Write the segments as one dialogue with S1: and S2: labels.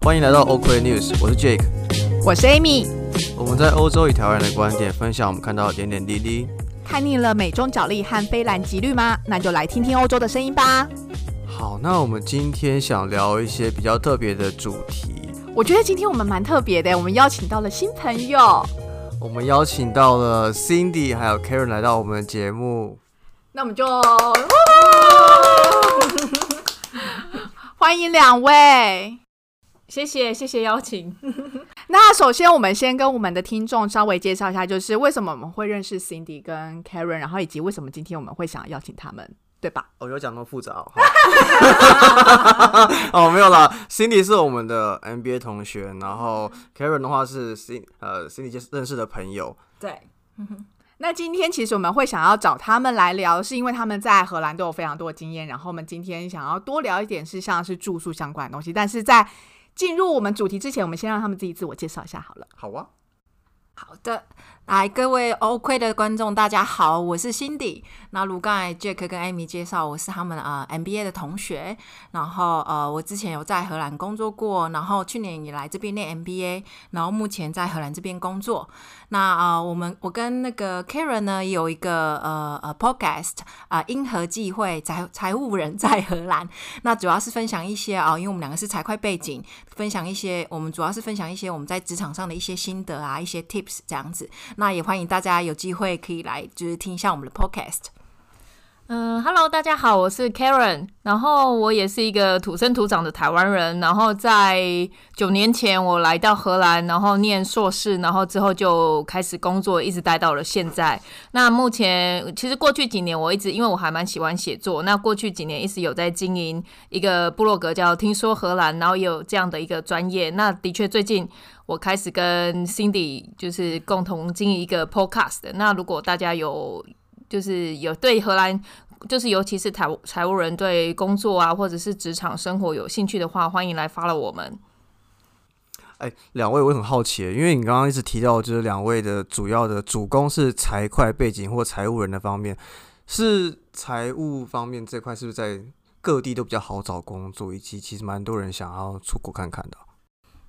S1: 欢迎来到 o k News，我是 Jake。
S2: 我是 Amy，
S1: 我们在欧洲以台湾人的观点分享我们看到的点点滴滴。
S2: 看腻了美中角力和非蓝即绿吗？那就来听听欧洲的声音吧。
S1: 好，那我们今天想聊一些比较特别的主题。
S2: 我觉得今天我们蛮特别的，我们邀请到了新朋友。
S1: 我们邀请到了 Cindy 还有 Karen 来到我们的节目。
S2: 那我们就欢迎两位。
S3: 谢谢谢谢邀请。
S2: 那首先，我们先跟我们的听众稍微介绍一下，就是为什么我们会认识 Cindy 跟 Karen，然后以及为什么今天我们会想要邀请他们，对吧？
S1: 哦，有讲那么复杂哦。好 哦，没有啦。Cindy 是我们的 NBA 同学，然后 Karen 的话是 Cin 呃 Cindy 就是认识的朋友。
S3: 对，
S2: 那今天其实我们会想要找他们来聊，是因为他们在荷兰都有非常多的经验，然后我们今天想要多聊一点是像是住宿相关的东西，但是在进入我们主题之前，我们先让他们自己自我介绍一下好了。
S1: 好啊，
S3: 好的，来各位 OK 的观众，大家好，我是 Cindy。那如刚才 Jack 跟 Amy 介绍，我是他们呃 MBA 的同学，然后呃我之前有在荷兰工作过，然后去年也来这边念 MBA，然后目前在荷兰这边工作。那呃我们我跟那个 Karen 呢也有一个呃呃 podcast 啊、因何际会财财务人在荷兰，那主要是分享一些啊、因为我们两个是财会背景，分享一些，我们主要是分享一些我们在职场上的一些心得啊，一些 tips 这样子。那也欢迎大家有机会可以来，就是听一下我们的 podcast。
S4: 嗯，Hello，大家好，我是 Karen，然后我也是一个土生土长的台湾人，然后在九年前我来到荷兰，然后念硕士，然后之后就开始工作，一直待到了现在。那目前其实过去几年我一直因为我还蛮喜欢写作，那过去几年一直有在经营一个部落格叫“听说荷兰”，然后也有这样的一个专业。那的确最近我开始跟 Cindy 就是共同经营一个 podcast。那如果大家有就是有对荷兰，就是尤其是财务财务人对工作啊，或者是职场生活有兴趣的话，欢迎来 follow 我们。
S1: 哎，两位我很好奇，因为你刚刚一直提到，就是两位的主要的主攻是财会背景或财务人的方面，是财务方面这块是不是在各地都比较好找工作，以及其实蛮多人想要出国看看的？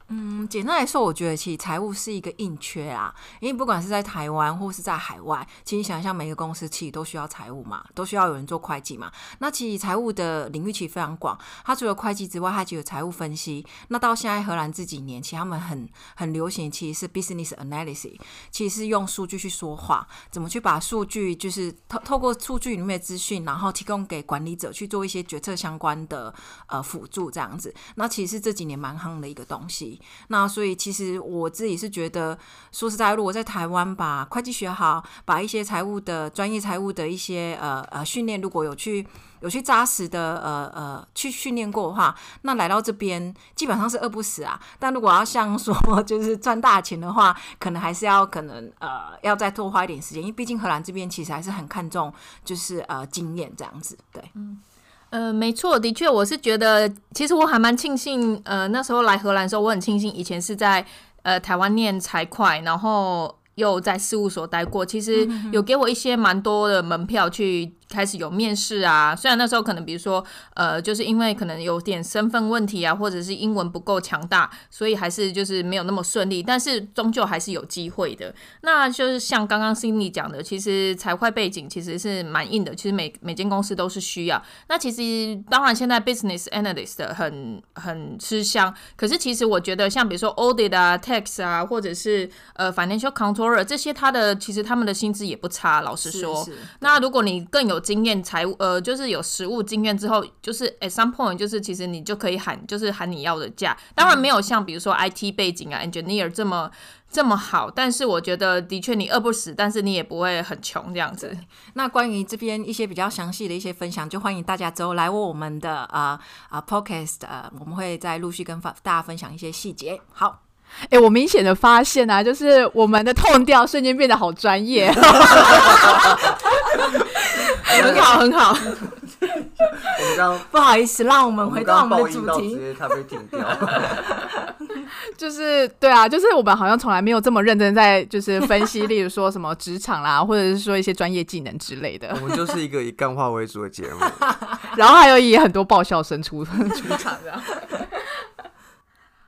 S3: 嗯，简单来说，我觉得其实财务是一个硬缺啊，因为不管是在台湾或是在海外，其实想象每个公司其实都需要财务嘛，都需要有人做会计嘛。那其实财务的领域其实非常广，它除了会计之外，它其实有财务分析。那到现在荷兰这几年，其实他们很很流行，其实是 business analysis，其实是用数据去说话，怎么去把数据就是透透过数据里面的资讯，然后提供给管理者去做一些决策相关的呃辅助这样子。那其实是这几年蛮夯的一个东西。那所以其实我自己是觉得，说实在，如果在台湾把会计学好，把一些财务的专业财务的一些呃呃训练，如果有去有去扎实的呃呃去训练过的话，那来到这边基本上是饿不死啊。但如果要像说就是赚大钱的话，可能还是要可能呃要再多花一点时间，因为毕竟荷兰这边其实还是很看重就是呃经验这样子，对。
S4: 呃，没错，的确，我是觉得，其实我还蛮庆幸，呃，那时候来荷兰的时候，我很庆幸以前是在呃台湾念财会，然后又在事务所待过，其实有给我一些蛮多的门票去开始有面试啊。虽然那时候可能比如说，呃，就是因为可能有点身份问题啊，或者是英文不够强大，所以还是就是没有那么顺利，但是终究还是有机会的。那就是像刚刚 Cindy 讲的，其实财会背景其实是蛮硬的，其实每每间公司都是需要。那其实当然现在 business analyst 的很很吃香，可是其实我觉得像比如说 audit 啊、tax 啊，或者是呃 financial controller 这些，它的其实他们的薪资也不差，老实说。
S3: 是是
S4: 那如果你更有经验，财务呃，就是有实务经验之后，就是 at some point，就是其实你就可以喊，就是喊你要的价。当然没有像比如说 IT 背景啊、engineer 这么这么好，但是我觉得的确你饿不死，但是你也不会很穷这样子。
S3: 那关于这边一些比较详细的一些分享，就欢迎大家之后来我们的呃啊 podcast，呃，我们会再陆续跟发大家分享一些细节。好，
S2: 哎、我明显的发现啊，就是我们的痛调瞬间变得好专 业。
S4: 很好，很好。
S1: 我们刚
S3: 不好意思，让我们回到我们的主题。
S1: 接他被停掉。
S2: 就是对啊，就是我们好像从来没有这么认真在就是分析，例如说什么职场啦，或者是说一些专业技能之类的，
S1: 我们就是一个以干话为主的节目。
S2: 然后还有以很多爆笑声出出场的。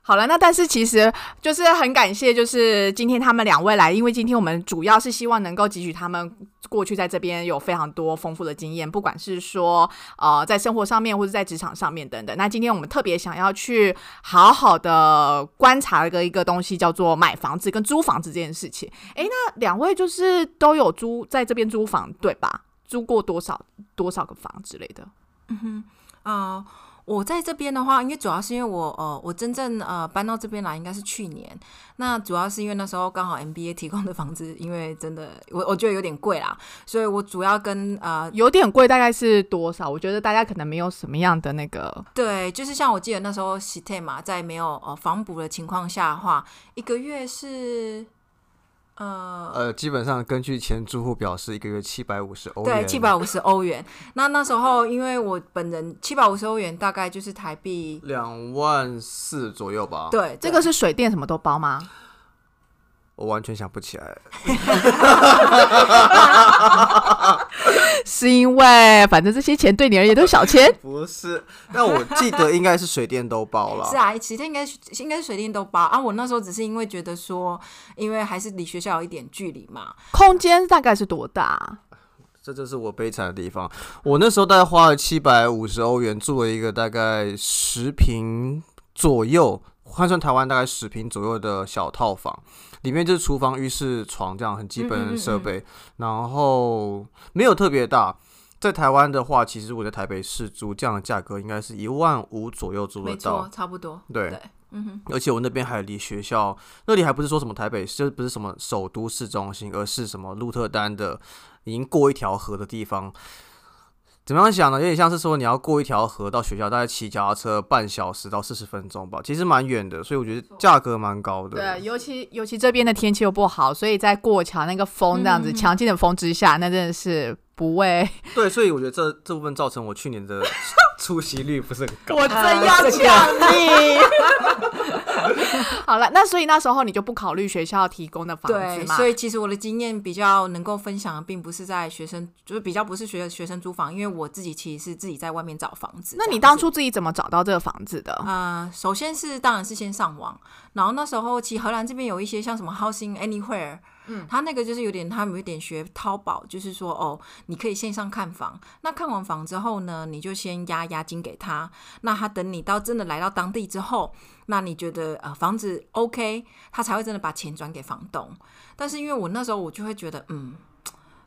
S2: 好了，那但是其实就是很感谢，就是今天他们两位来，因为今天我们主要是希望能够汲取他们过去在这边有非常多丰富的经验，不管是说呃在生活上面或者在职场上面等等。那今天我们特别想要去好好的观察一个一个东西，叫做买房子跟租房子这件事情。诶，那两位就是都有租在这边租房对吧？租过多少多少个房之类的？
S3: 啊、我在这边的话，因为主要是因为我呃，我真正呃搬到这边来应该是去年。那主要是因为那时候刚好 MBA 提供的房子，因为真的我我觉得有点贵啦，所以我主要跟呃
S2: 有点贵，大概是多少？我觉得大家可能没有什么样的那个，
S3: 对，就是像我记得那时候 s i t e 嘛，在没有呃房补的情况下的话，一个月是呃
S1: 呃，基本上根据前住户表示，一个月七百五十欧元，
S3: 对，七百五十欧元。那那时候，因为我本人七百五十欧元大概就是台币，
S1: 两万四左右吧。，
S3: 对，
S2: 这
S3: 对
S2: 个是水电什么都包吗？
S1: 我完全想不起来。。
S2: 是因为反正这些钱对你而言都是小钱
S1: 不是，但我记得应该是水电都包了。
S3: 是啊，其实应该是应该是水电都包啊。我那时候只是因为觉得说，因为还是离学校有一点距离嘛，
S2: 空间大概是多大？
S1: 这就是我悲惨的地方。我那时候大概花了七百五十欧元，住了一个大概十平左右，换算台湾大概十平左右的小套房，里面就是厨房、浴室、床这样很基本的设
S3: 嗯
S1: 备，然后没有特别大。在台湾的话，其实我在台北市租这样的价格应该是一万五左右租得
S3: 没
S1: 到
S3: 错，。差不多。
S1: 对
S3: 对，嗯哼，
S1: 而且我那边还离学校那里还不是说什么台北市，就是不是什么首都市中心，而是什么鹿特丹的已经过一条河的地方。怎么样想呢？有点像是说你要过一条河到学校，大概骑脚踏车半小时到四十分钟吧，其实蛮远的，所以我觉得价格蛮高的。
S2: 对，啊尤其尤其这边的天气又不好，所以在过桥那个风这样子、
S3: 嗯
S2: 强劲的风之下，那真的是不为
S1: 对，所以我觉得这这部分造成我去年的出席率不是很高。
S2: 我真要讲 你。好了，那所以那时候你就不考虑学校提供的房子
S3: 对，
S2: 嘛？
S3: 所以其实我的经验比较能够分享，的，并不是在学生，就是比较不是学学生租房，因为我自己其实是自己在外面找房子。
S2: 那
S3: 这样
S2: 你
S3: 子
S2: 当初自己怎么找到这个房子的？
S3: 呃，首先是当然是先上网，然后那时候其实荷兰这边有一些像什么 Housing Anywhere。嗯，他那个就是有点，他们有点学淘宝，就是说哦，你可以线上看房。那看完房之后呢，你就先押押金给他，那他等你到真的来到当地之后，那你觉得呃房子 OK，他才会真的把钱转给房东。但是因为我那时候我就会觉得，嗯，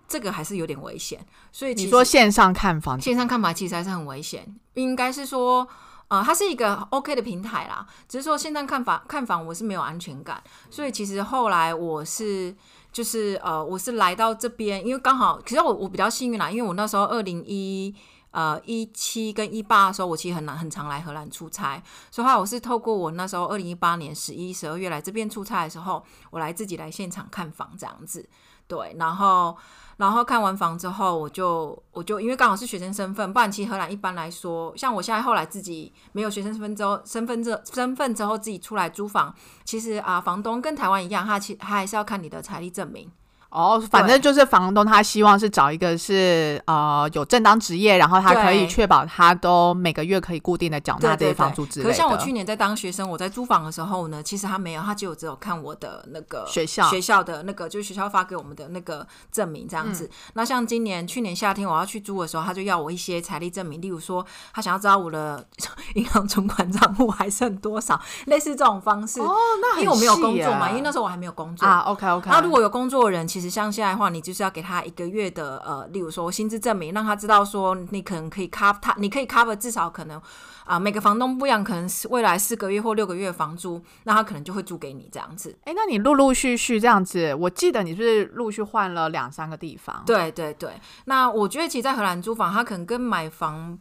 S3: 这个还是有点危险，所以其
S2: 你
S3: 实
S2: 说线上看房子，
S3: 线上看法其实还是很危险，应该是说。呃，它是一个 OK 的平台啦，只是说线上看法看房我是没有安全感，所以其实后来我是就是呃，我是来到这边，因为刚好，其实我我比较幸运啦，因为我那时候二零一呃一七跟一八的时候，我其实很难很常来荷兰出差，所以后来我是透过我那时候二零一八年十一、十二月来这边出差的时候，我来自己来现场看房这样子，对，然后然后看完房之后，我就我就因为刚好是学生身份，不然其实荷兰一般来说，像我现在后来自己没有学生身份之后，身份证身份之后自己出来租房，其实啊、房东跟台湾一样，他其他还是要看你的财力证明。
S2: 哦，反正就是房东他希望是找一个是呃有正当职业，然后他可以
S3: 对
S2: 确保他都每个月可以固定的缴纳这
S3: 对对
S2: 些
S3: 对，
S2: 房租之类的。
S3: 可是像我去年在当学生，我在租房的时候呢，其实他没有，他只有只有看我的那个
S2: 学校
S3: 学校的那个，就是学校发给我们的那个证明这
S2: 嗯
S3: 样子。那像今年去年夏天我要去租的时候，他就要我一些财力证明，例如说他想要知道我的 银行存款账户还剩多少，类似这种方式。
S2: 哦，那很
S3: 因为我没有
S2: 细啊
S3: 工
S2: 耶
S3: 作嘛，因为那时候我还没有工作
S2: 啊，OK OK。
S3: 然后如果有工作的人，其实像现在的话，你就是要给他一个月的呃，例如说薪资证明，让他知道说你可能可以 cover 他，你可以 cover 至少可能啊、每个房东不一样，可能是未来四个月或六个月的房租，那他可能就会租给你这样子。
S2: 哎，那你陆陆续续这样子，我记得你是不是陆续换了两三个地方？，
S3: 对对对，那我觉得其实，在荷兰租房，它可能跟买房。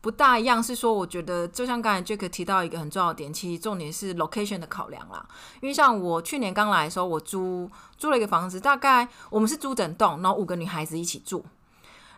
S3: 不大一样，是说我觉得就像刚才 Jack 提到一个很重要的点，其实重点是 location 的考量啦。因为像我去年刚来的时候，我租租了一个房子，大概我们是租整栋，然后五个女孩子一起住。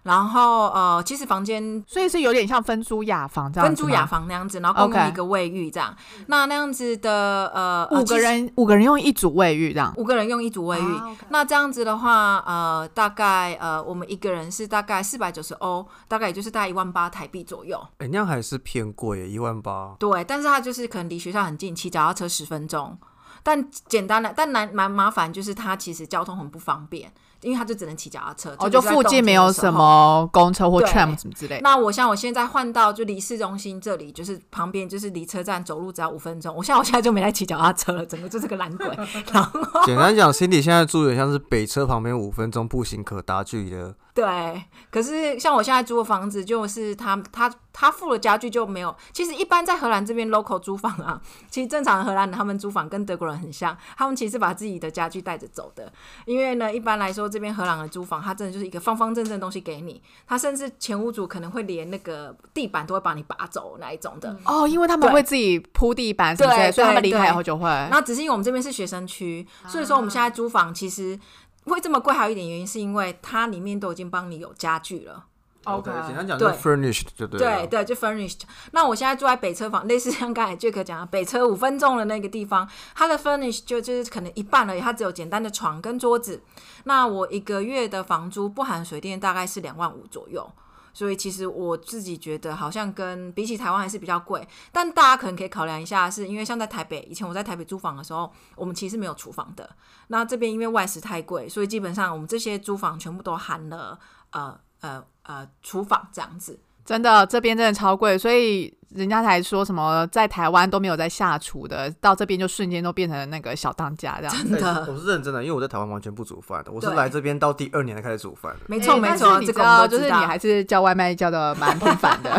S3: 然后呃，其实房间
S2: 所以是有点像分租雅房这样
S3: 分
S2: 子吗，
S3: 租雅房那样子，然后共
S2: OK
S3: 用一个卫浴这样。那那样子的呃，呃
S2: 五个。
S3: 其实
S2: 人五个人用一组卫浴这样，
S3: 五个人用一组卫浴，
S2: 啊，OK
S3: 那这样子的话，呃，大概呃，我们一个人是大概四百九十欧，大概也就是大概一万八台币左右。
S1: 哎、那样还是偏贵，一万 八。
S3: 对，但是它就是可能离学校很近，骑脚踏车十分钟。但简单的，但难蛮麻烦，就是它其实交通很不方便，因为它就只能骑脚踏车。
S2: 哦，
S3: 这
S2: 就
S3: 个是在
S2: 附近没有
S3: 冬天的时
S2: 什
S3: 候。
S2: 么公车或
S3: 对
S2: tram 什么之类的。
S3: 那我像我现在换到就离市中心这里，就是旁边就是离车站走路只要五分钟。我像我现在就没在骑脚踏车了，整个就是个懒鬼。然后
S1: 简单讲，Cindy 现在住的像是北车旁边五分钟步行可达距离的，
S3: 对，可是像我现在租的房子，就是他他他付了家具就没有。其实一般在荷兰这边 local 租房啊，其实正常的荷兰人他们租房跟德国人很像，他们其实是把自己的家具带着走的。因为呢，一般来说这边荷兰的租房，它真的就是一个方方正正的东西给你，他甚至前屋主可能会连那个地板都会把你拔走那一种的。
S2: 哦，因为他们
S3: 对
S2: 会自己铺地板什么之
S3: 对
S2: 类的，所以他们
S3: 对
S2: 离开以
S3: 对
S2: 后就会。
S3: 那只是因为我们这边是学生区，所以说我们现在租房其实会这么贵，还有一点原因是因为它里面都已经帮你有家具了。
S2: OK
S1: 简单讲就是 furnished 就对了。
S3: 哦对对，就 furnished。那我现在住在北车房，类似像刚才 Jack 讲的北车五分钟的那个地方，它的 furnished 就就是可能一半而已，它只有简单的床跟桌子。那我一个月的房租不含水电大概是两万五左右。所以其实我自己觉得，好像跟比起台湾还是比较贵，但大家可能可以考量一下，是因为像在台北，以前我在台北租房的时候，我们其实没有厨房的。那这边因为外食太贵，所以基本上我们这些租房全部都含了呃呃呃厨房这样子。
S2: 真的，这边真的超贵，所以人家才说什么在台湾都没有在下厨的，到这边就瞬间都变成那个小当家这样。
S1: 对
S3: 的
S1: 我是认真的，因为我在台湾完全不煮饭的，我是
S3: 对
S1: 来这边到第二年才开始煮饭的。
S3: 没错
S2: 欸
S3: 没
S2: 但是
S3: 错，
S2: 你
S3: 这
S2: 知
S3: 个我
S2: 道，
S3: 们
S2: 就
S3: 都
S2: 是
S3: 知
S2: 你
S3: 道
S2: 还是叫外卖叫的蛮频繁的，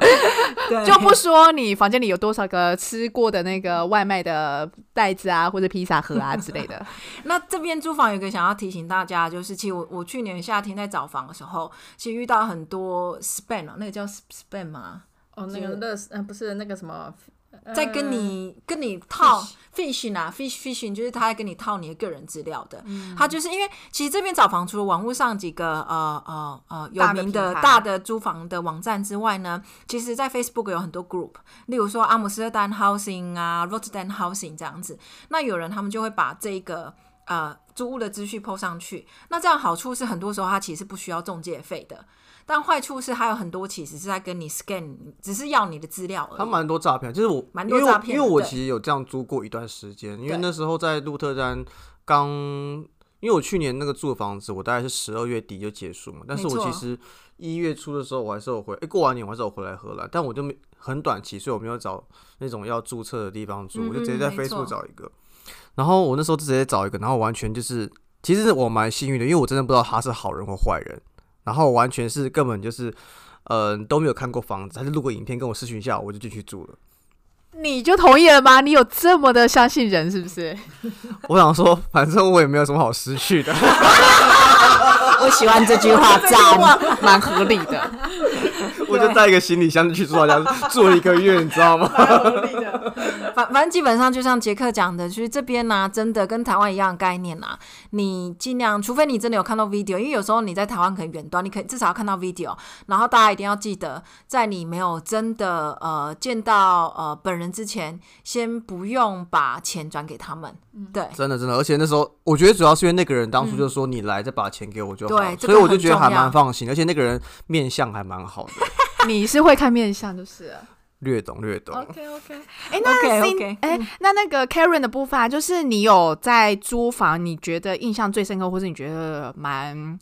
S3: 对
S2: 就不说你房间里有多少个吃过的那个外卖的袋子啊，或者披萨盒啊之类的。
S3: 那这边租房有一个想要提醒大家，就是其实我我去年夏天在找房的时候，其实遇到很多 span 啊，那个叫 span 嘛，
S4: 哦，那个乐，呃，不是那个什么，呃
S3: 在跟你、跟你套 fishing 啊，fish fishing 就是他在跟你套你的个人资料的。他就是因为其实这边找房除了网络上几个呃呃呃有
S2: 大的平
S3: 名的
S2: 台
S3: 大的租房的网站之外呢，其实在 Facebook 有很多 group，例如说阿姆斯特丹 housing 啊，Rotterdam housing 这样子。那有人他们就会把这个。呃，租屋的资讯 PO 上去，那这样好处是很多时候它其实不需要中介费的，但坏处是还有很多其实是在跟你 scan，只是要你的资料而
S1: 他
S3: 已。
S1: 蛮多诈骗，就是我
S3: 蛮多
S1: 因为我
S3: 诈骗的
S1: 因为我
S3: 对
S1: 其实有这样租过一段时间，因为
S3: 对
S1: 那时候在鹿特丹刚，因为我去年那个住的房子，我大概是十二月底就结束嘛，但是
S3: 没
S1: 我
S3: 错
S1: 其实一月初的时候我还是有回，哎、过完年我还是有回来荷兰，但我就没很短期，所以我没有找那种要注册的地方住，我就直接在
S3: 嗯嗯没错
S1: Facebook 找一个，然后我那时候就直接找一个，然后完全就是，其实我蛮幸运的，因为我真的不知道他是好人或坏人，然后完全是根本就是。嗯、都没有看过房子，他就录个影片跟我视讯一下，我就进去住了。
S2: 你就同意了吗？你有这么的相信人是不是？
S1: 我想说，反正我也没有什么好失去的。
S3: 我喜欢这句话，赞。
S2: 蛮合理的。
S1: 我就带一个行李箱去住他家，住了一个月，你知道吗？
S3: 反反正基本上就像杰克讲的，就是这边呢、啊真的跟台湾一样的概念啊。你尽量，除非你真的有看到 video，因为有时候你在台湾可能远端，你可以至少要看到 video。然后大家一定要记得，在你没有真的呃见到呃本人之前，先不用把钱转给他们。
S4: 嗯
S3: 对，
S1: 真的真的，而且那时候我觉得主要是因为那个人当初就说你来再把钱给我就好，
S3: 嗯对这
S1: 所
S3: 个
S1: 以我就觉得
S3: 很
S1: 还
S3: 重要
S1: 蛮放心，而且那个人面相还蛮好的，
S2: 你是会看面相就是了。
S1: 略懂略懂。
S4: OK OK，
S2: 哎、那
S3: OK，OK
S2: Cindy- 哎、那那个 Karen 的部分啊，就是你有在租房，你觉得印象最深刻，或是你觉得蛮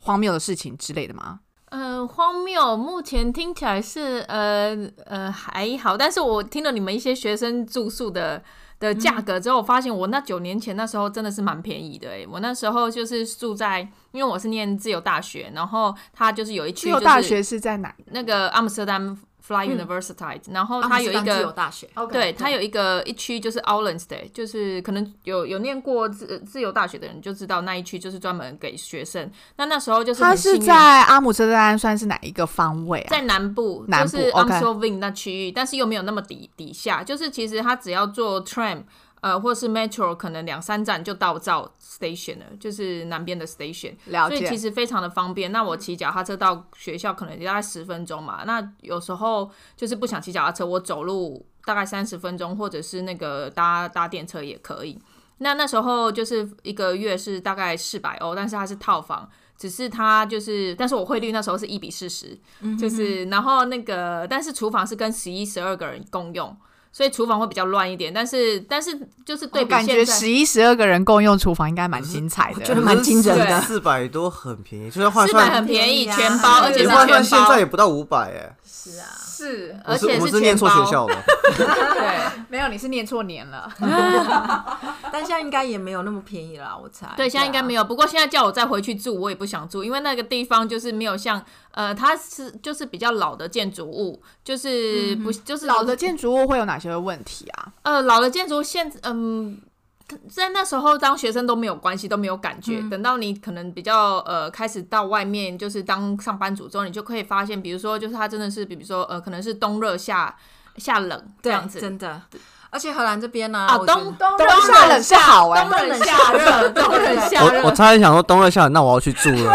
S2: 荒谬的事情之类的吗？
S4: 呃，荒谬，目前听起来是呃呃还好，但是我听了你们一些学生住宿的呃的价格之后，我发现我那九年前那时候真的是蛮便宜的诶、我那时候就是住在，因为我是念自由大学，然后它就是有一区
S2: 自
S4: 就
S2: 由大
S4: 是
S2: 学是在哪？
S4: 那个阿姆斯特丹 Fly
S3: 嗯哦
S4: University，、然后它有
S3: 阿
S4: 一
S3: 姆斯特丹自由
S4: 个。
S3: 大学，
S4: 对，它
S3: 对
S4: 有一个一区就是 Outlands Day，就是可能有有念过自自由大学的人就知道那一区就是专门给学生。那那时候就是
S2: 它
S4: 很幸
S2: 是
S4: 运
S2: 在阿姆斯特丹算是哪一个方位啊？
S4: 在南部，
S2: 南
S4: 就
S2: 部
S4: 是 a m
S2: ，OK
S4: s t e r d a m 那区域，但是又没有那么底底下，就是其实它只要坐 tram。呃，或是 Metro 可能两三站就到造 station 了，就是南边的 station。
S2: 了
S4: 所以
S2: 解
S4: 其。实非常的方便。那我骑脚踏车到学校可能大概十分钟嘛。那有时候就是不想骑脚踏车，我走路大概三十分钟，或者是那个搭搭电车也可以。那那时候就是一个月是大概四百欧，但是它是套房，只是它就是，但是我汇率那时候是一比四十、就是然后那个，但是厨房是跟十一十二个人共用，所以厨房会比较乱一点。但是但是就是对
S2: 我
S4: 比
S2: 感觉
S4: 现在，
S2: 十一、十二个人共用厨房应该蛮精彩
S3: 我觉
S2: 的。
S3: 得蛮惊人
S4: 的
S1: 四百多很便宜，就是换
S4: 四百
S1: 算
S4: 很便宜，
S3: 便宜啊
S4: 全包，而且
S1: 你
S4: 是
S1: 换算
S4: 全
S1: 现
S4: 包
S1: 在。也不到五百哎，
S3: 是啊，
S2: 是
S1: 我
S2: 呃
S4: 而
S1: 是
S4: 且
S1: 我
S4: 是
S1: 是念错
S4: 全
S1: 学
S4: 包
S1: 校了，
S4: 对。
S2: 没有，你是念错年了。
S3: 但现在应该也没有那么便宜啦，我猜。
S4: 对，现在应该没
S3: 有。
S4: 有。不过现在叫我再回去住，我也不想住，因为那个地方就是没有像呃，它是就是比较老的建筑物，就是不、就是
S2: 老的建筑物会有哪些问题啊？
S4: 呃老的建筑物现嗯。在那时候当学生都没有关系，都没有感觉。等到你可能比较呃开始到外面，就是当上班族之后，你就可以发现，比如说就是它真的是，比如说呃可能是冬热夏夏冷这
S3: 对
S4: 样子。
S3: 真的。而且荷兰这边呢、
S4: 啊，
S3: 我觉得
S4: 冬
S2: 冬夏冷是好哎
S4: 冬冷夏热，冬冷夏热
S1: 我我。差点想说冬日下，那我要去住了，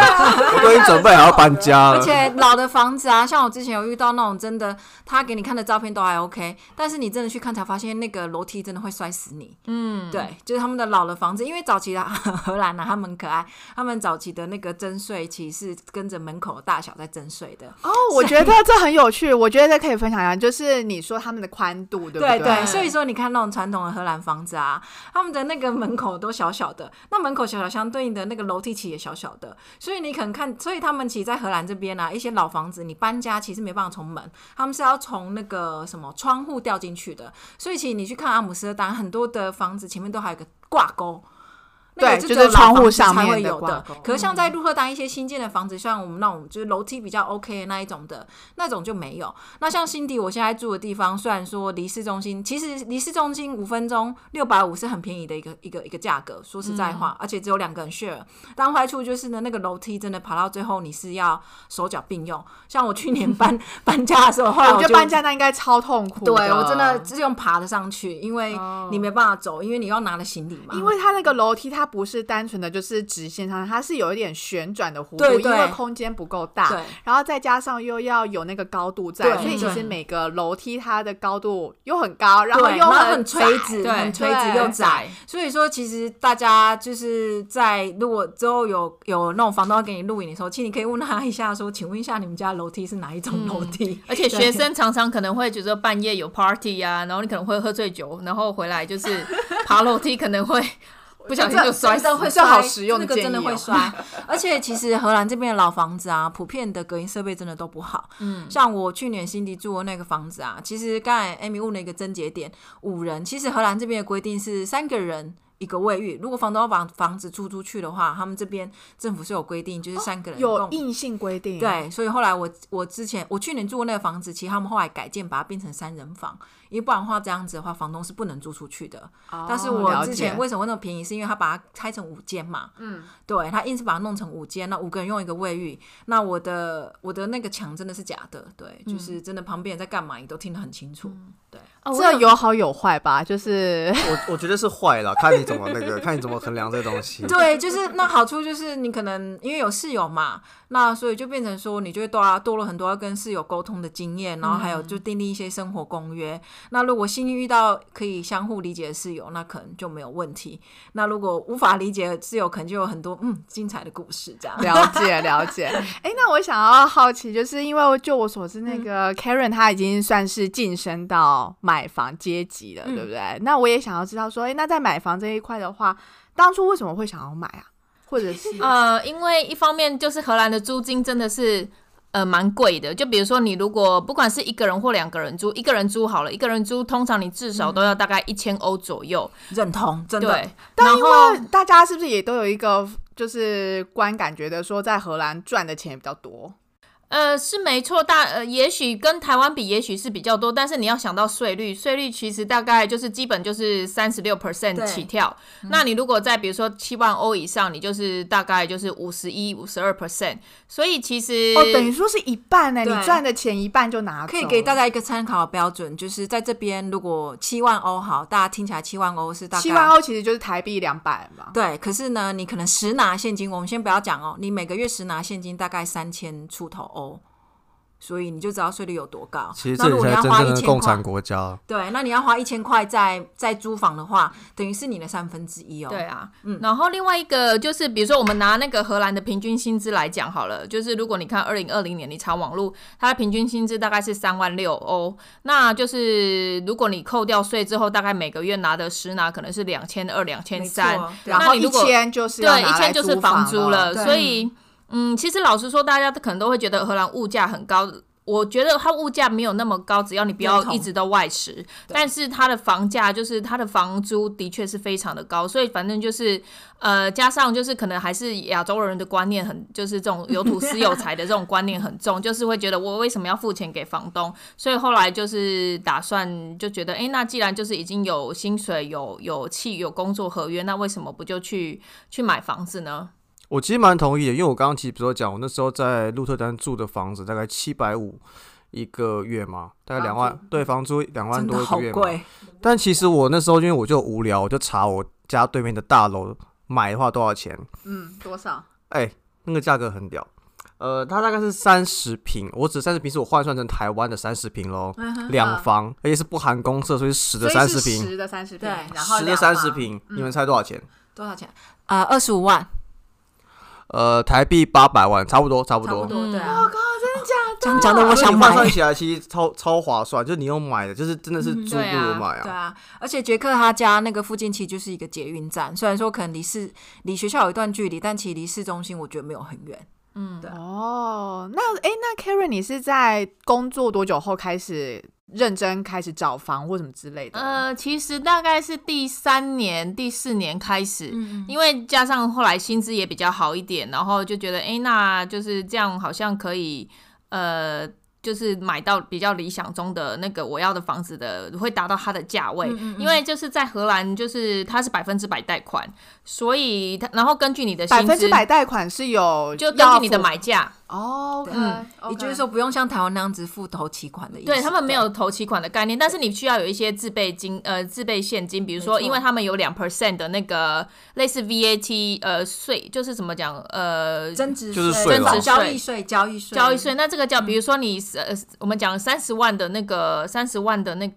S1: 我都已经准备好要搬家
S3: 而
S1: 了。
S3: 且老的房子啊，像我之前有遇到那种真的，他给你看的照片都还 OK，但是你真的去看才发现，那个楼梯真的会摔死你。嗯，对，就是他们的老的房子，因为早期的荷兰啊，他们很可爱，他们早期的那个征税其实是跟着门口的大小在征税的。
S2: 哦，我觉得这很有趣，我觉得可以分享一下，就是你说他们的宽度，对不
S3: 对
S2: 对？
S3: 对，所以说你看那种传统的荷兰房子啊，他们的那个门口都小小的，那门口小小相对应的那个楼梯其实也小小的，所以你可能看，所以他们其实在荷兰这边啊，一些老房子你搬家其实没办法从门，他们是要从那个什么窗户掉进去的，所以其实你去看阿姆斯特丹很多的房子前面都还有个挂钩。那个
S2: 对
S3: 只
S2: 就是
S3: 有老
S2: 窗户
S3: 房子
S2: 上
S3: 才
S2: 面
S3: 会
S2: 的
S3: 有
S2: 挂
S3: 的
S2: 钩，
S3: 可是像在鹿特丹一些新建的房子，像我们那种就是楼梯比较 OK 的那一种的，那种就没有。那像辛迪我现在住的地方，虽然说离市中心，其实离市中心五分钟六百五是很便宜的一个一个一个价格。说实在话，
S2: 嗯
S3: 而且只有两个人 share。但坏处就是呢，那个楼梯真的爬到最后你是要手脚并用。像我去年搬 搬家的时候，后来
S2: 我
S3: 我
S2: 觉得
S3: 嗯哦就
S2: 搬家那应该超痛苦啊
S3: 对我真的是用爬的上去，因为
S2: 哦
S3: 你没办法走，因为你要拿了行李嘛。
S2: 因为它那个楼梯，它不是单纯的就是直线上，它是有一点旋转的弧度，
S3: 对
S2: 因
S3: 对
S2: 为空间不够大，
S3: 对
S2: 然后再加上又要有那个高度在，
S3: 对
S2: 所以其实
S3: 对
S2: 每个楼梯它的高度又很高，然后又
S3: 对然后很
S2: 窄
S3: 垂直，
S4: 对
S3: 很垂直
S2: 对
S3: 又
S2: 很
S3: 窄。所以说，其实大家就是在如果之后有有那种房东要给你录影的时候，其实你可以问他一下说，请问一下你们家的楼梯是哪一种楼梯？
S4: 而且学生常常可能会觉得半夜有 party 啊，然后你可能会喝醉酒，然后回来就是 爬楼梯 可能会不小心就摔死
S3: 真的。会
S2: 这
S3: 摔，
S2: 好实用的
S3: 这个
S2: 建
S3: 真的
S2: 议哦
S3: 会摔。 而且其实荷兰这边的老房子啊，普遍的隔音设备真的都不好。嗯，像我去年辛迪住的那个房子啊，其实刚才 Amy 问了一个症结点，五人。其实荷兰这边的规定是三个人。一个卫浴，如果房东要把房子租出去的话，他们这边政府是有规定，就是三个人
S2: 有
S3: 共
S2: 硬性规定，，
S3: 对，所以后来我我之前我去年住的那个房子，其实他们后来改建，把它变成三人房，因为不然的话这样子的话，房东是不能租出去的。但是我之前为什么会那么便宜，是因为他把它拆成五间嘛，嗯，对他硬是把它弄成五间，那五个人用一个卫浴，那我的我的那个墙真的是假的，对，就是真的旁边人在干嘛你都听得很清楚，
S4: 哦
S2: 这有好有坏吧，就是
S1: 我我觉得是坏了，看你怎么那个，看你怎么衡量这个东 西。
S3: 对，就是那好处就是你可能因为有室友嘛，那所以就变成说你就会多啊多了很多要跟室友沟通的经验，然后还有就订立一些生活公约。那如果幸运遇到可以相互理解的室友，那可能就没有问题。那如果无法理解的室友，可能就有很多嗯精彩的故事这样。
S2: 了解了解，哎、那我想要好奇，就是因为就我所知，
S4: 嗯
S2: 那个 Karen 她已经算是晋升到买房阶级了，
S3: 嗯
S2: 对不对？那我也想要知道说，哎、那在买房这一块的话，当初为什么会想要买啊？或者是
S4: 呃，因为一方面就是荷兰的租金真的是。呃，蛮贵的。就比如说，你如果不管是一个人或两个人租，一个人租好了，一个人租通常你至少
S2: 嗯
S4: 都要大概一千欧左右。
S3: 认同，真的
S4: 对，然后
S2: 大家是不是也都有一个就是观感觉得说，在荷兰赚的钱也比较多？
S4: 呃，是没错，大呃，也许跟台湾比，也许是比较多，但是你要想到税率，税率其实大概就是基本就是三十六 percent
S3: 对
S4: 起跳。
S2: 嗯
S4: 那你如果在比如说七万欧以上，你就是大概就是五十一、五十二 percent。所以其实
S2: 哦，等于说是一半呢，
S3: 对
S2: 你赚的钱一半就拿走了，
S3: 可以给大家一个参考的标准，就是在这边如果七万欧好，大家听起来七万欧是大概
S2: 七万欧，其实就是台币两百嘛。
S3: 对，可是呢，你可能实拿现金，我们先不要讲哦，你每个月实拿现金大概三千出头欧，所以你就知道税率有多高。
S1: 其实
S3: 那
S1: 这
S3: 如
S1: 里
S3: 果
S1: 才
S3: 你
S1: 是
S3: 要
S1: 真
S3: 花
S1: 正
S3: 一
S1: 的
S3: 千
S1: 共
S3: 块
S1: 产，国家了。
S3: 对，那你要花一千块在在租房的话，等于是你的三分之一哦。
S4: 对，啊，然后另外一个就是，比如说我们拿那个荷兰的平均薪资来讲好了，就是如果你看二零二零年你查网路，它的平均薪资大概是三万六欧，那就是如果你扣掉税之后，大概每个月拿的实拿可能是两千二、两千
S3: 没
S4: 三，
S3: 错，对
S2: 然
S3: 啊
S4: 那
S2: 后
S4: 你
S2: 一
S4: 如果
S2: 千就是要
S4: 对，一
S2: 拿来
S4: 千就是
S2: 房
S4: 租了，
S3: 对
S4: 所以嗯，其实老实说，大家可能都会觉得荷兰物价很高。我觉得它物价没有那么高，只要你不要
S3: 认同
S4: 一直都外食，但是它的房价就是它的房租的确是非常的高，所以反正就是呃，加上就是可能还是亚洲人的观念很，就是这种有土私有财的这种观念很重， 就是会觉得我为什么要付钱给房东？所以后来就是打算就觉得，哎、那既然就是已经有薪水、有有契、有工作合约，那为什么不就去去买房子呢？
S1: 我其实蛮同意的，因为我刚刚其实比如说讲，我那时候在鹿特丹住的房子大概七百五一个月嘛，大概两万
S3: 房，
S1: 对，房租两万
S3: 真
S1: 多
S3: 的
S1: 一个
S3: 好
S1: 月嘛。
S3: 贵，
S1: 但其实我那时候因为我就无聊，我就查我家对面的大楼买的话多少钱，
S2: 嗯，多少？
S1: 哎、那个价格很屌。呃，它大概是三十平，我指三十平是我换算成台湾的三十平喽，两房，而且是不含公厕，所以是十的
S2: 所以
S1: 三
S2: 是
S1: 十平，
S2: 十的三十平，
S3: 对
S2: 然后
S1: 十的
S2: 两
S1: 三十
S2: 房，
S1: 平，你们猜多少钱？
S3: 多少钱？呃，二十五万，
S1: 呃，台币八百万，差不多，差不
S3: 差不
S1: 多。
S3: 多，
S4: 嗯
S3: 对
S2: 我
S3: 啊。
S2: 靠，真的假的？
S3: 讲讲的我想
S1: 你
S3: 买
S1: 换，算起来其实超超划算，就是你用买的，就是真的是租不
S4: 对
S1: 如
S4: 啊
S1: 买
S3: 对。啊，而且杰克他家那个附近其实就是一个捷运站，虽然说可能离市离学校有一段距离，但其实离市中心我觉得没有很远。
S4: 嗯
S3: 对
S2: 哦，那哎，那 Karen，你是在工作多久后开始认真开始找房或什么之类的？
S4: 呃，其实大概是第三年、第四年开始，
S3: 嗯
S4: 因为加上后来薪资也比较好一点，然后就觉得，哎，那就是这样，好像可以，呃，就是买到比较理想中的那个我要的房子的，会达到它的价位。
S2: 嗯
S4: 因为就是在荷兰，就是它是百分之百贷款，所以它然后根据你的薪
S2: 百
S4: 资，
S2: 分之百贷款是有
S4: 就根
S2: 要
S4: 据你的
S2: 付
S4: 买价，
S2: 哦，OK，
S4: 嗯
S3: 也就是说，不用像台湾那样子付头期款的意思。
S4: 对他们没有投期款的概念，但是你需要有一些自备金，呃，自备现金，比如说，
S3: 没错
S4: 因为他们有两 percent 的那个类似 VAT，呃，税就是怎么讲，呃，
S3: 增值
S1: 就是
S3: 税
S1: 税
S3: 增值
S1: 啦
S3: 交易税、交易税、嗯
S4: 交易税。那这个叫，比如说你呃，我们讲三十万的那个三十万的那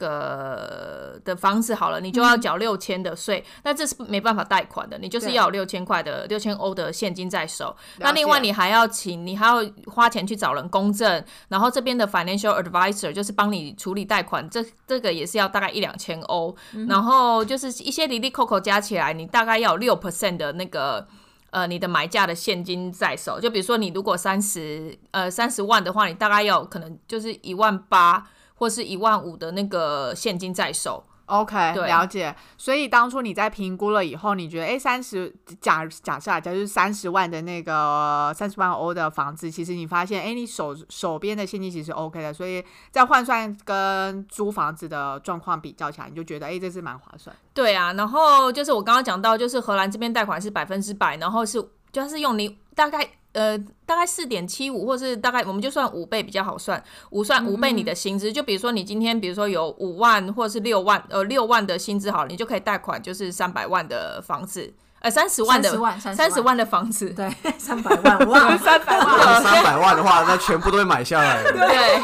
S4: 个的房子好了，你就要缴六千的税，那这是没办法贷款的，你就是
S3: 嗯对
S4: 要有六千块的六千欧的现金在手。
S2: 解
S4: 那另外你还要请，你还要花钱去找人公证，然后这边的 financial advisor 就是帮你处理贷款，这这个也是要大概一两千欧，然后就是一些零零扣扣加起来，你大概要有六 percent 的那个。呃，你的买价的现金在手，就比如说你如果三十呃三十万的话，你大概要有可能就是一万八或是一万五的那个现金在手。
S2: OK，
S4: 对
S2: 了解。所以当初你在评估了以后，你觉得哎，三十假假设啊，假就是三十万的那个三十万欧的房子，其实你发现哎，你手手边的现金其实 OK 的，所以在换算跟租房子的状况比较起来，你就觉得哎，这是蛮划算的。
S4: 对啊，然后就是我刚刚讲到，就是荷兰这边贷款是百分之百，然后是就是用你大概呃大概四点七五，或是大概我们就算五倍比较好算，五算五倍你的薪资，就比如说你今天比如说有五万或者是六万呃六万的薪资好了，你就可以贷款就是三百万的房子，呃三十万的
S3: 30万30万
S4: 三十万的房子，
S3: 对， 三百万 哇，三百
S1: 如果三百万的话，那全部都会买下来了。
S4: 对，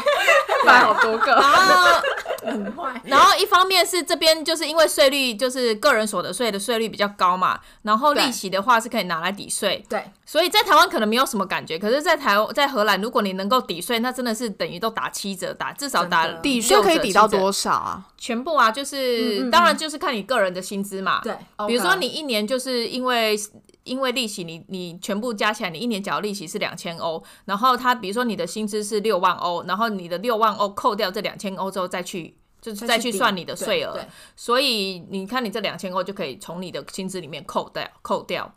S2: 买好多个。
S4: 然后。
S3: 很快。
S4: 然后一方面是这边就是因为税率就是个人所得税的税率比较高嘛，然后利息的话是可以拿来抵税，
S3: 对，
S4: 所以在台湾可能没有什么感觉，可是，在台在荷兰，如果你能够抵税，那真的是等于都打七折，打至少打
S3: 真的
S2: 抵
S4: 六
S2: 税
S4: 折
S2: 可以抵到
S4: 七折
S2: 多少啊？
S4: 全部啊，就是、
S3: 嗯嗯嗯
S4: 当然就是看你个人的薪资嘛。
S3: 对，
S4: 比如说
S2: OK
S4: 你一年就是因为因为利息你，你全部加起来，你一年缴的利息是两千欧，然后他比如说你的薪资是六万欧，然后你的六万欧扣掉这两千欧之后再去。就是再去
S3: 抵
S4: 算你的税
S3: 对
S4: 额
S3: 对，
S4: 所以你看你这两千欧就可以从你的薪资里面扣掉扣掉，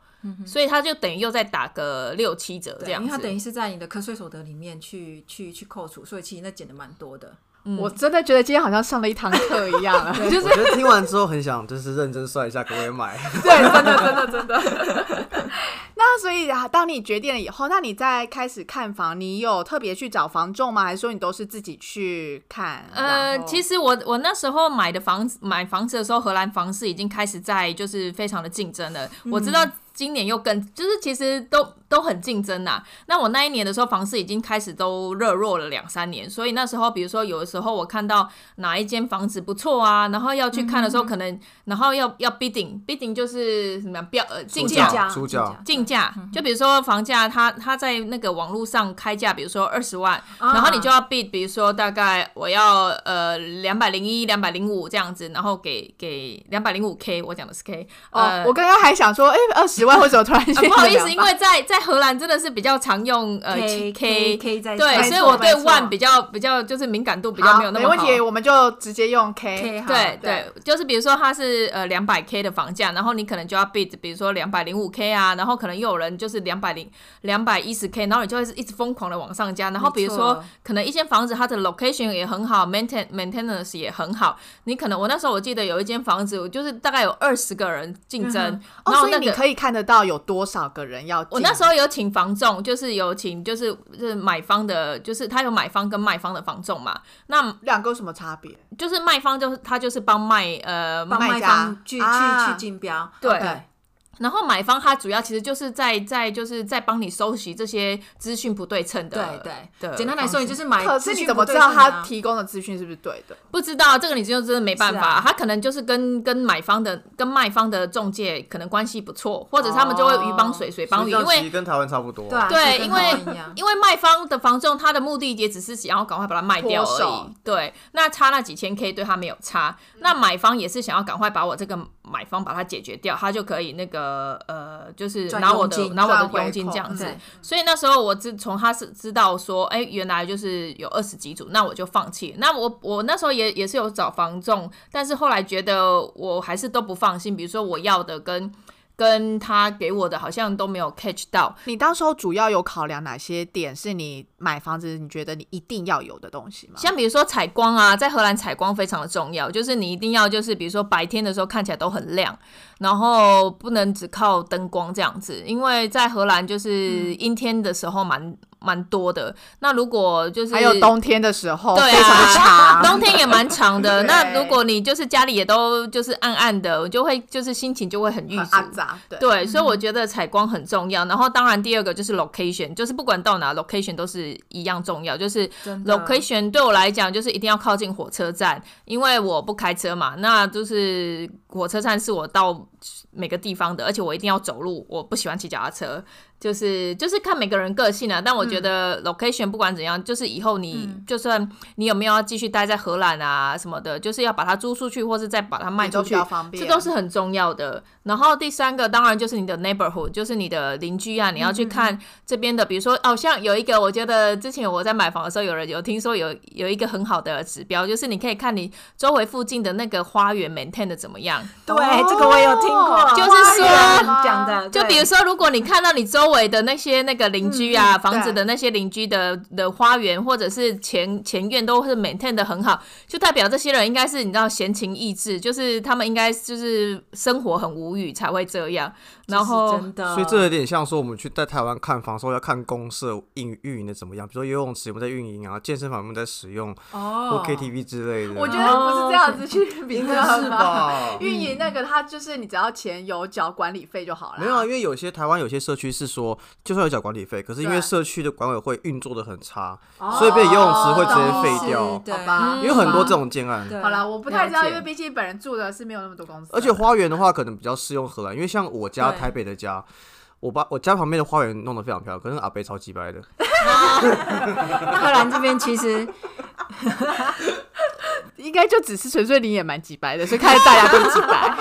S4: 所以他就等于又再打个六七折
S3: 嗯
S4: 这
S3: 对，因
S4: 样
S3: 为它等
S4: 子。
S3: 于是在你的课税所得里面去去去扣除，所以其实那减的蛮多的。
S4: 嗯
S2: 我真的觉得今天好像上了一堂课一 样啊，就是
S1: 我觉得听完之后很想就是认真算一下，可不可以买？
S2: 对，真的，真的，真的。那所以啊，当你决定了以后，那你在开始看房，你有特别去找房仲吗？还是说你都是自己去看？
S4: 呃，其
S2: 实
S4: 实我我那时候买的房子买房子的时候，荷兰房市已经开始在就是非常的竞争了。
S3: 嗯
S4: 我知道今年又更就是其实都都很竞争呐、那我那一年的时候，房市已经开始都热络了两三年，所以那时候比如说有的时候我看到哪一间房子不错啊，然后要去看的
S3: 嗯
S4: 时候，可能然后要要 bidding，bidding 就是什么标呃竞
S1: 竞
S4: 价
S1: 价。猪脚
S4: 竞价，
S2: 嗯
S4: 就比如说房价，它它在那个网络上开价，比如说二十万，
S2: 啊
S4: 然后你就要 bid，比如说大概我要呃两百零一、两百零五这样子，然后给给两百零五 k，我讲的是 k，
S2: 哦
S4: 呃，
S2: 我刚刚还想说，哎，二十 万为什么突然
S4: 啊
S2: 间、
S4: 不好意思，因为在在荷兰真的是比较常用呃
S3: K
S4: k，
S3: K 在
S4: 对，
S2: 没
S4: 所以
S2: 错
S4: 我对
S2: 没错
S4: one 比较比较就是敏感度比较
S2: 好
S4: 没有那
S2: 没
S4: 么
S2: 问
S4: 好。
S2: 题，我们就直接用 K。
S3: K 好
S4: 对
S2: 对
S4: 对，就是比如说它是呃两百 K 的房价，然后你可能就要 bid，比如说两百零五 K 啊，然后可能又有人就是两百零两百一十 K，然后你就会是一直疯狂的往上加，然后比如
S3: 没
S4: 说
S3: 错
S4: 可能一间房子它的 location 也很好，maintain maintenance 也很好，你可能我那时候我记得有一间房子，我就是大概有二十个人竞争，
S2: 哦，
S4: 然后
S2: 所以
S4: 那
S2: 你
S4: 个。
S2: 可以看得到有多少个人要进。
S4: 我那时候有请房仲，就是有请，就是就是买方的，就是他有买方跟卖方的房仲嘛。那
S2: 两个有什么差别？
S4: 就是卖方就是他就是帮卖呃
S3: 帮
S2: 卖
S3: 卖
S2: 家
S3: 方去
S2: 啊
S3: 去去竞标，
S4: 对
S3: OK
S4: 然后买方他主要其实就是在在就是在帮你收集这些资讯不对称的，
S3: 对对
S4: 的
S3: 简单来说，你就
S4: 方式
S3: 是买
S2: 可
S3: 资
S2: 是
S3: 讯
S2: 你
S3: 不
S2: 怎么知
S3: 对
S2: 道
S3: 称啊
S2: 他提供的资讯是不是对的？
S4: 不知道这个你就真的没办法，
S3: 是啊
S4: 他可能就是跟跟买方的跟卖方的中介可能关系不错，或者他们就会
S3: 哦
S4: 鱼帮水水帮
S1: 实际
S4: 鱼，
S1: 上
S4: 因
S1: 其实
S4: 为
S1: 跟台湾差不多。
S3: 对啊就
S4: 对
S3: 跟
S4: 因为
S3: 台湾一样
S4: 因为卖方的房仲他的目的也只是想要赶快把它卖掉
S2: 脱
S4: 而
S2: 手
S4: 已，对，那差那几千 K 对他没有差，那买方也是想要赶快把我这个买方把它解决掉，他就可以那个呃就是
S3: 赚
S4: 拿我
S3: 佣
S4: 的
S3: 金
S4: 拿我
S2: 赚
S4: 的
S2: 回
S4: 佣金
S2: 扣
S4: 这样子
S3: 对。
S4: 所以那时候我知从他是知道说，哎、原来就是有二十几组，那我就放弃。那我我那时候也也是有找房仲，但是后来觉得我还是都不放心，比如说我要的跟跟他给我的好像都没有 catch 到。
S2: 你当时候主要有考量哪些点是你买房子你觉得你一定要有的东西吗？
S4: 像比如说采光啊，在荷兰采光非常的重要，就是你一定要就是比如说白天的时候看起来都很亮，然后不能只靠灯光这样子，因为在荷兰就是
S2: 嗯
S4: 阴天的时候蛮蛮多的。那如果就是
S2: 还有冬天的时候，
S4: 对啊
S2: 非常的长。
S4: 冬天也蛮长 的。
S2: 对
S4: 那如果你就是家里也都就是暗暗的，我就会就是心情就会很郁
S2: 很
S4: 卒
S2: 阿。杂，嗯对
S4: 对，啊所以我觉得采光很重要。然后当然第二个就是 location，就是不管到哪 location 都是一样重要。就是
S3: 真的
S4: location 对我来讲就是一定要靠近火车站，因为我不开车嘛，那就是火车站是我到每个地方的，而且我一定要走路，我不喜欢骑脚踏车。就是就是看每个人个性啊，但我
S2: 嗯
S4: 觉得 location 不管怎样，就是以后你、就算你有没有要继续待在荷兰啊什么的，就是要把它租出去，或是再把它卖
S2: 也都比
S4: 出去
S2: 较，方便，
S4: 这都是很重要的。然后第三个当然就是你的 neighborhood，就是你的邻居啊，你要去
S2: 嗯
S4: 看这边的，比如说哦，像有一个我觉得之前我在买房的时候，有人有听说有有一个很好的指标，就是你可以看你周围附近的那个花园 maintain 的怎么样。
S3: 对这个我有听过，
S4: 哦就是说
S3: 花园讲的，
S4: 就
S3: 对
S4: 比如说，如果你看到你周围的那些那个邻居啊，
S2: 嗯
S4: 房子的那些邻居的的花园或者是前前院都是 maintain 的很好，就代表这些人应该是你知道闲情逸致，就是他们应该就是生活很无语才会这样。然后
S3: 是真的，
S1: 所以这有点像说，我们去在台湾看房的时候要看公社运运营的怎么样，比如说游泳池有没有在运营啊，健身房有没有在使用，
S3: 哦
S1: 或 KTV 之类的。
S2: 我觉得不是这样子去比
S1: 应
S2: 较
S1: 该是
S2: 吧。
S1: 吧？
S2: 运营那个，它就是你只要钱有缴管理费就好 了。
S1: 没有啊，因为有些台湾有些社区是说，就算有缴管理费，可是因为
S2: 对
S1: 社区的管委会运作的很差，
S2: 哦，
S1: 所以被游泳池会直
S3: 哦懂
S1: 接
S3: 意思
S1: 废掉
S3: 对
S2: 好吧
S1: 因
S4: 嗯
S1: 为很多这种建案。
S3: 对啊
S2: 好了，我不太知道，
S3: 嗯了
S2: 因
S3: 解
S2: 为毕竟本人住的是没有那么多公司的，啊
S1: 而且花园的话，可能比较适用荷兰，因为像我家
S3: 对
S1: 台北的家，我把我家旁边的花园弄得非常漂亮，可是阿北超级白的。
S3: 那荷兰这边其 实
S2: 应该就只是纯粹你也蛮几白的，所以看着大家都几 白。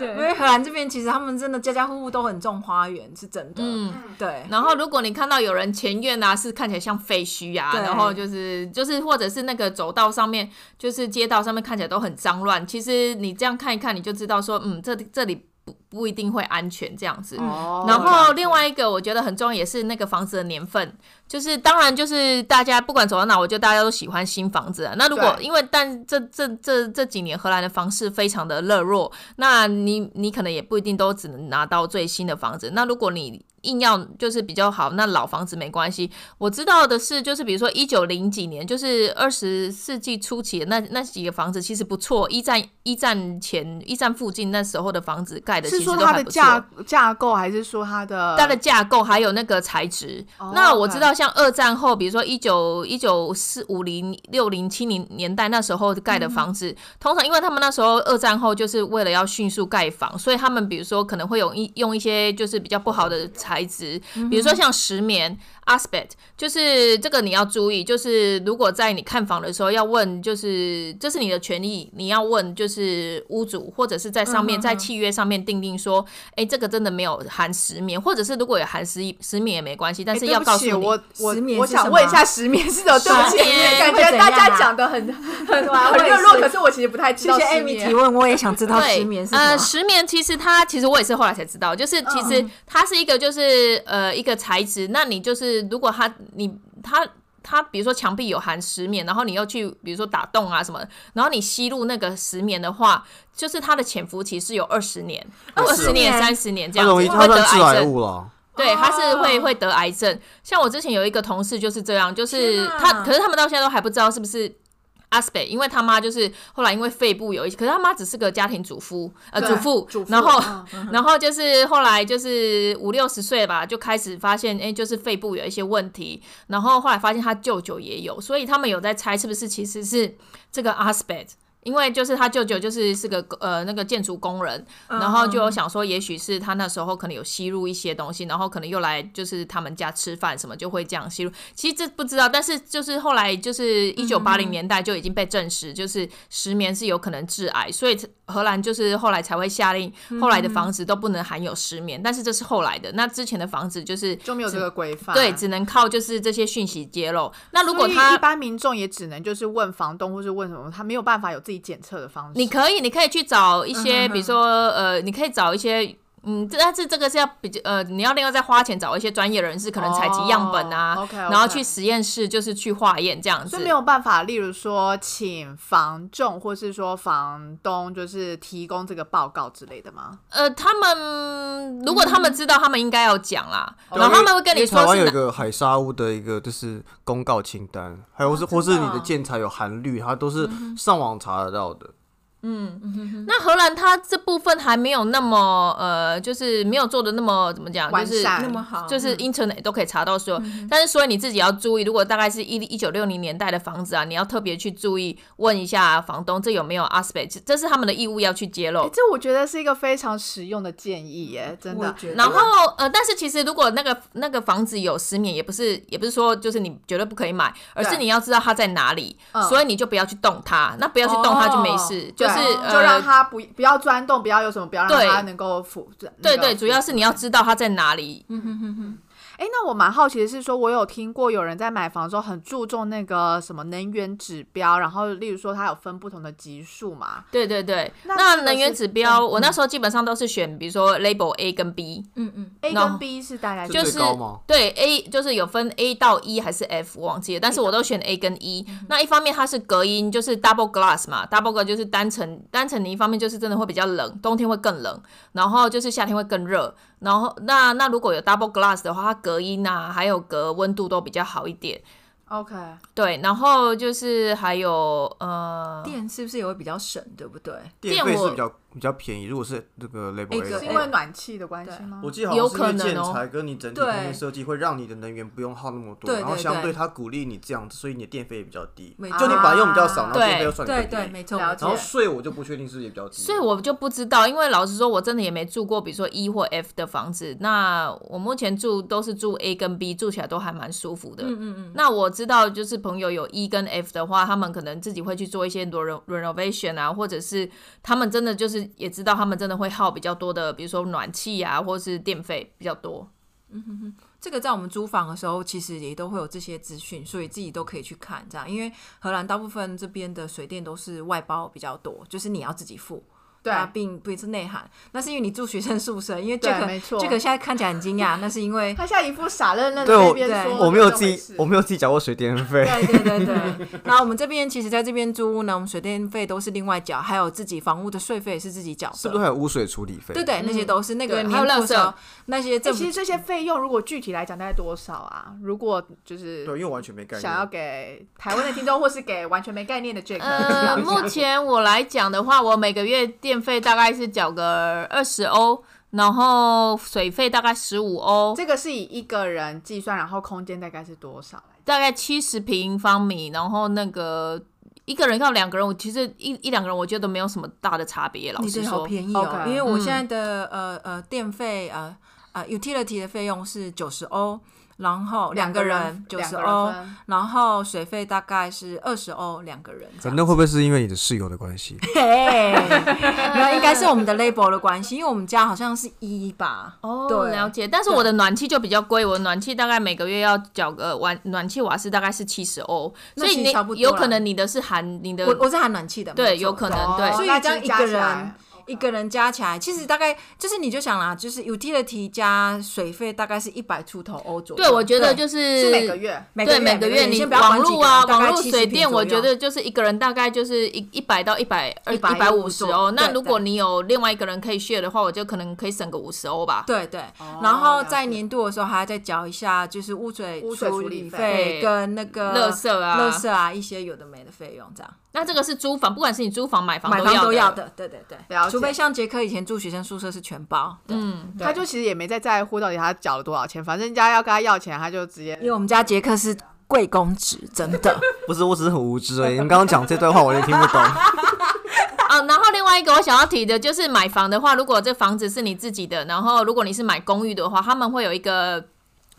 S3: 因为荷兰这边其实他们真的家家户户都很种花园，是真的。嗯，对，
S4: 然后，如果你看到有人前院啊是看起来像废墟啊，
S3: 对
S4: 然后就是就是或者是那个走道上面，就是街道上面看起来都很脏乱，其实你这样看一看，你就知道说，嗯，这这里不不一定会安全这样子。
S2: 哦
S4: 嗯然后另外一个我觉得很重要，也是那个房子的年份，就是当然就是大家不管走到哪，我觉得大家都喜欢新房子啊。那如果
S2: 对
S4: 因为但这这这这几年荷兰的房市非常的热络，那你你可能也不一定都只能拿到最新的房子。那如果你硬要就是比较好，那老房子没关系。我知道的是，就是比如说一九零几年，就是二十世纪初期的那那几个房子其实不错，一战一战前一战附近那时候的房子盖的其
S2: 是
S4: 实
S2: 说
S4: 都
S2: 它
S4: 还
S2: 的
S4: 不错。
S2: 架架构，还是说它的
S4: 它的架构还有那个材质。
S2: 呃哦
S4: 那我知
S2: OK
S4: 道，像二战后，比如说一九一九四五零六零七零年代那时候盖的房子，通常因为他们那时候二战后就是为了要迅速盖房，所以他们比如说可能会用一用一些就是比较不好的材质，
S2: 嗯
S4: 比如说像石棉。aspect 就是这个你要注意，就是如果在你看房的时候要问，就是这是你的权益，你要问就是屋主或者是在上面、
S3: 嗯哼
S4: 在
S3: 哼
S4: 契约上面定定说，哎、这个真的没有含石棉，或者是如果有含石石棉也没关系，但
S2: 哎
S4: 是
S2: 对
S4: 要
S2: 不
S4: 告诉
S2: 起
S4: 你，
S2: 我我
S3: 石棉
S2: 我
S3: 是
S2: 想
S3: 什
S2: 问一
S3: 么
S2: 下，石棉是什么？对不
S4: 石
S2: 起，
S4: 棉
S2: 感
S3: 会
S2: 觉
S3: 怎
S2: 大
S3: 样
S2: 家
S3: 啊
S2: 讲的很很很热络，可是我其实不太知
S3: 谢
S2: 道
S3: 谢
S2: 石
S3: Amy
S2: 棉
S3: 提。问，我也想知道
S4: 对，
S3: 失眠是什
S4: 呃，
S3: 么。嗯
S4: 石棉其实它其实我也是后来才知道，就是其实它是一个就是呃一个材质，那你就是如果它你它。它比如说墙壁有含石棉，然后你又去比如说打洞啊什么，然后你吸入那个石棉的话，就是它的潜伏期是有二十年、二
S1: 20
S4: 十年、
S3: 年
S4: 三十年这
S1: 它
S4: 样子，
S1: 容易
S4: 会
S1: 它
S4: 得
S1: 算致
S4: 癌
S1: 癌哦
S4: 症。
S1: 物了。
S4: 对，他是会
S3: 哦
S4: 会得癌症。像我之前有一个同事就是这样，就是
S3: 天啊
S4: 他，可是他们到现在都还不知道是不是。阿斯贝，因为他妈就是后来因为肺部有一，可是他妈只是个家庭主妇，呃，
S2: 对
S4: 主妇，
S2: 主妇
S4: 然后、
S2: 嗯
S4: 然后就是后来就是五六十岁吧，就开始发现，哎、就是肺部有一些问题，然后后来发现他舅舅也有，所以他们有在猜是不是其实是这个 aspect，因为就是他舅舅就是是个呃那个建筑工人，
S2: 嗯
S4: 然后就有想说，也许是他那时候可能有吸入一些东西，然后可能又来就是他们家吃饭什么，就会这样吸入。其实这不知道，但是就是后来就是一九八
S2: 嗯
S4: 零年代就已经被证实，就是石棉是有可能致癌，所以荷兰就是后来才会下令，后来的房子都不能含有石棉，但是这是后来的，那之前的房子就是
S2: 就没有这个规范，
S4: 对，只能靠就是这些讯息揭露。那如果
S2: 所以
S4: 他
S2: 一般民众也只能就是问房东或是问什么，他没有办法有自己检测的方式。
S4: 你可以，你可以去找一些，
S3: 嗯哼哼
S4: 比如说呃，你可以找一些。嗯，但是这个是要比较呃，你要另外再花钱找一些专业人士，可能采集样本啊，
S2: 哦，OK，OK
S4: 然后去实验室就是去化验这样子
S2: 所以。没有办法，例如说请房仲或是说房东就是提供这个报告之类的吗？
S4: 呃，他们如果他
S2: 嗯
S4: 们知道，他们应该要讲啦，
S2: 对
S4: 然后他们会跟你
S1: 台
S4: 说
S1: 湾有
S4: 是
S1: 一
S4: 哪。
S1: 个海沙屋的一个就是公告清单，还有是、或是哦你的啊嗯建材有含氯，它都是上网查得到的。
S3: 嗯
S4: 那荷兰它这部分还没有那么呃，就是没有做的那么怎么讲，就
S2: 完
S4: 是
S2: 善
S3: 那么好，
S4: 就是
S3: 嗯
S4: internet 都可以查到所有，
S2: 嗯
S4: 但是所以你自己要注意，如果大概是一一九六零年代的房子啊，你要特别去注意问一下房东这有没有 aspect，这是他们的义务要去揭
S2: 哎
S4: 露。
S2: 这我觉得是一个非常实用的建议耶，真
S3: 我也
S2: 的。
S3: 觉得
S4: 然后呃，但是其实如果那个那个房子有失眠，也不是也不是说就是你绝对不可以买，而是
S2: 对
S4: 你要知道它在哪里，
S2: 嗯哦
S4: 所以你就不要去动它，那不要去动它就没事，就是
S2: 对
S4: 呃
S2: 就让他不不要钻洞，不要有什么，不要让
S4: 对
S2: 他能够腐。那
S4: 对
S2: 个嗯
S4: 对，主要是你要知道它在哪里，
S2: 哎，那我蛮好奇的是说，我有听过有人在买房的时候很注重那个什么能源指标，然后例如说它有分不同的级数嘛。
S4: 对对对。
S2: 那
S4: 那
S2: 这个
S4: 能源
S2: 是嗯
S4: 指标，我那时候基本上都是选，比如说 label A 跟 B，
S3: 嗯嗯，
S2: A
S4: 然后
S2: 跟 B 是大概
S4: 就
S1: 最
S4: 是
S1: 高吗
S4: 对 A 就是有分 A 到 E 还是 F 我忘记了，但是我都选 A 跟 E。那一方面它是隔音，就是 double glass 嘛，double glass 就是单层单层的一方面就是真的会比较冷，冬天会更冷，然后就是夏天会更热。然后那那如果有 double glass 的话，它隔音啊，还有隔温度都比较好一点。
S2: OK，
S4: 对，然后就是还有呃，
S3: 电是不是也会比较省，对不对？
S1: 电费
S4: 电我
S1: 是比较比较便宜，如果是这个 label A
S3: 个
S1: 的
S2: 是
S1: 话
S2: 因为暖气的关系吗？
S1: 我记得好像是因为建材跟你整体空
S3: 哦对
S1: 间设计会让你的能源不用耗那么多，
S3: 对对
S1: 然后相
S3: 对
S1: 对它鼓励你这样子，所以你的电费也比较低。
S3: 没啊
S1: 就你本来用比较少，然后
S4: 对
S1: 电费又算得
S3: 对
S1: 更低
S3: 对，没错，
S2: 了
S3: 没
S2: 解
S1: 然后
S3: 错。
S1: 税我就不确定是不是也比较低。
S4: 所以我就不知道，因为老实说，我真的也没住过，比如说 E 或 F 的房子。那我目前住都是住 A 跟 B，住起来都还蛮舒服的。嗯嗯嗯。那我知道，就是朋友有 E 跟 F 的话，他们可能自己会去做一些 ren- renovation 啊，或者是他们真的就是也知道，他们真的会耗比较多的，比如说暖气啊，或是电费比较多。
S3: 这个在我们租房的时候，其实也都会有这些资讯，所以自己都可以去看这样。因为荷兰大部分这边的水电都是外包比较多，就是你要自己付。
S2: 对
S3: 它并不是内涵，那是因为你住学生宿舍，因为
S2: 对
S3: Jack
S2: 没错
S3: Jack 现在看起来很惊讶，那是因为
S2: 他现在一副傻愣愣的
S1: 对我
S2: 那边说，
S1: 我没有自己，我
S2: 们
S1: 没有自己缴过水电费。
S2: 哎
S3: 对对对对。那我们这边其实在这边租屋呢，我们水电费都是另外缴，还有自己房屋的税费也是自己缴
S1: 是不是
S3: 的。
S1: 还有污水处理费？
S3: 对对，那些都是那个
S4: 对
S3: 年
S4: 还有
S3: 度
S4: 垃圾
S3: 的时候那些政
S2: 其
S3: 府
S2: 实这些费用如果具体来讲大概多少啊？如果就是
S1: 对，因为我完全没概念。
S2: 想要给台湾的听众，或是给完全没概念的 Jack，
S4: 呃，
S2: 聊一下
S4: 目前我来讲的话，我每个月电费大概是缴个二十欧，然后水费大概十五欧，
S2: 这个是以一个人计算，然后空间大概是多少来？
S4: 大概七十平方米，然后那个。一个人到两个人，我其实一一两个人，我觉得没有什么大的差别。老
S3: 你
S4: 实
S3: 的好
S4: 说，嗯
S3: 便宜哦，
S2: OK
S3: 因为我现在的呃呃电费呃呃 utility 的费用是九十欧，然后两个人九
S2: 两
S3: 十
S2: 个
S3: 欧
S2: 人，分
S3: 然后水费大概是二十欧两个人这
S1: 欸
S3: 样。
S1: 那会不会是因为你的室友的关系？
S3: 嘿，没有，应该是我们的 label 的关系，因为我们家好像是一吧。
S4: 哦，
S3: 对
S4: 了解。但是
S3: 对
S4: 我的暖气就比较贵，我的暖气大概每个月要缴个晚暖气瓦斯大概是七十欧，
S3: 那
S4: 所以
S3: 其实
S4: 你
S3: 差不多
S4: 有
S3: 啦
S4: 可能你的是含你的
S3: 我我是含暖气的，
S4: 对
S3: 没错
S4: 有可能
S2: 哦
S4: 嗯对
S3: 所以
S2: 那
S3: 这样
S2: 其实
S3: 一
S2: 加
S3: 个
S2: 起来
S3: 人一个人加起来，其实大概就是你就想啦，就是 utility 加水费大概是一百出头欧左右。
S4: 对，我觉
S3: 对
S4: 得就是
S2: 是每个月，
S3: 每
S4: 对
S3: 每
S4: 每个月你
S3: 先不要
S4: 网
S3: 管几
S4: 络
S3: 个
S4: 啊，
S3: 大概
S4: 网络
S3: 70
S4: 水
S3: 平
S4: 电，
S3: 左
S4: 我
S3: 右
S4: 觉得就是一个人大概就是一一百到一百二一百五
S3: 150
S4: 十哦。那
S3: 对
S4: 如果
S3: 对
S4: 你有另外一个人可以 share 的话，我就可能可以省个五十欧吧。
S3: 对对
S2: 哦，
S3: 然
S2: 了
S3: 后
S2: 解
S3: 在年度的时候还要再缴一下，就是污水
S2: 污水处理
S3: 理
S2: 费
S4: 对
S3: 费跟那个
S4: 垃圾啊
S3: 垃圾啊一些有的没的费用，这样
S4: 那这个是租房，不管是你租房买房
S3: 买房
S4: 都
S3: 都要
S4: 的。
S3: 的，对对对
S2: 了解，
S3: 除非像杰克以前住学生宿舍是全包，对，
S4: 嗯，
S3: 对
S2: 他就其实也没在在乎到底他缴了多少钱，反正人家要跟他要钱，他就直接
S3: 因为我们家杰克是贵公子，真的，
S1: 不是，我只是很无知而已。你们刚刚讲这段话，我也听不懂。
S4: 啊，然后另外一个我想要提的就是买房的话，如果这房子是你自己的，然后如果你是买公寓的话，他们会有一个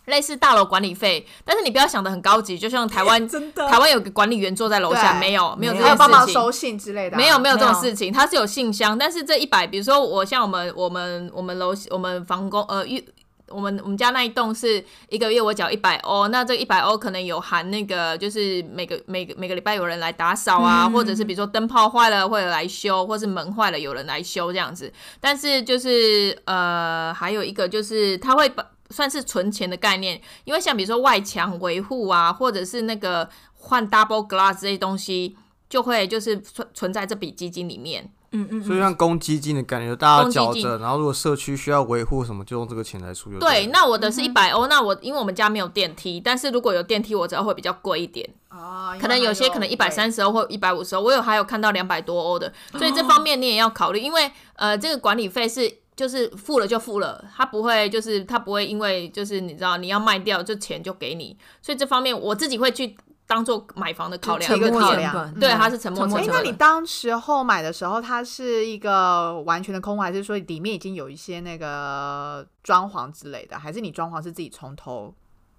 S4: 类似大楼管理费，但是你不要想的很高级，就像台湾
S3: 真的
S4: 台湾有个管理员坐在楼下，
S2: 对
S4: 没有没有这
S3: 没
S4: 件
S2: 还
S3: 有
S2: 有帮忙
S4: 事情
S2: 收。信之类的啊，
S4: 没有没有这种
S3: 没有
S4: 事情，它是有信箱，但是这一百，比如说我像我们我们我们楼我们房工呃一我们我们家那一栋是一个月我缴一百欧，那这一百欧可能有含那个就是每个每个每个礼拜有人来打扫啊，或者是比如说灯泡坏了会有人来修，或是门坏了有人来修这样子。但是就是呃还有一个就是他会把。算是存钱的概念，因为像比如说外墙维护啊，或者是那个换 double glass 这些东西，就会就是存存在这笔基金里面。
S3: 嗯嗯
S1: 所以像公积金的感觉，大家
S4: 公
S1: 缴
S4: 积金
S1: 着，然后如果社区需要维护什么，就用这个钱来出就
S4: 对，
S1: 了
S4: 那我的是一百欧，那我因为我们家没有电梯，但是如果有电梯，我只要会比比较贵一点，
S2: 哦，
S4: 可能有些可能一百三
S2: 十，
S4: 十欧或一百五十欧，我有还有看到两百多欧的，所以这方面你也要考虑，因为呃这个管理费是。就是付了就付了，他不会就是他不会因为就是你知道你要卖掉，就钱就给你，所以这方面我自己会去当做买房的考量
S2: 就
S4: 一个
S2: 沉默
S4: 考
S2: 成
S4: 量，
S2: 本
S4: 对，
S3: 嗯
S4: 它是沉默
S3: 沉
S4: 成
S3: 默
S2: 哎
S4: 本。，
S2: 那你当时候买的时候，它是一个完全的空屋，还是说里面已经有一些那个装潢之类的？还是你装潢是自己从头？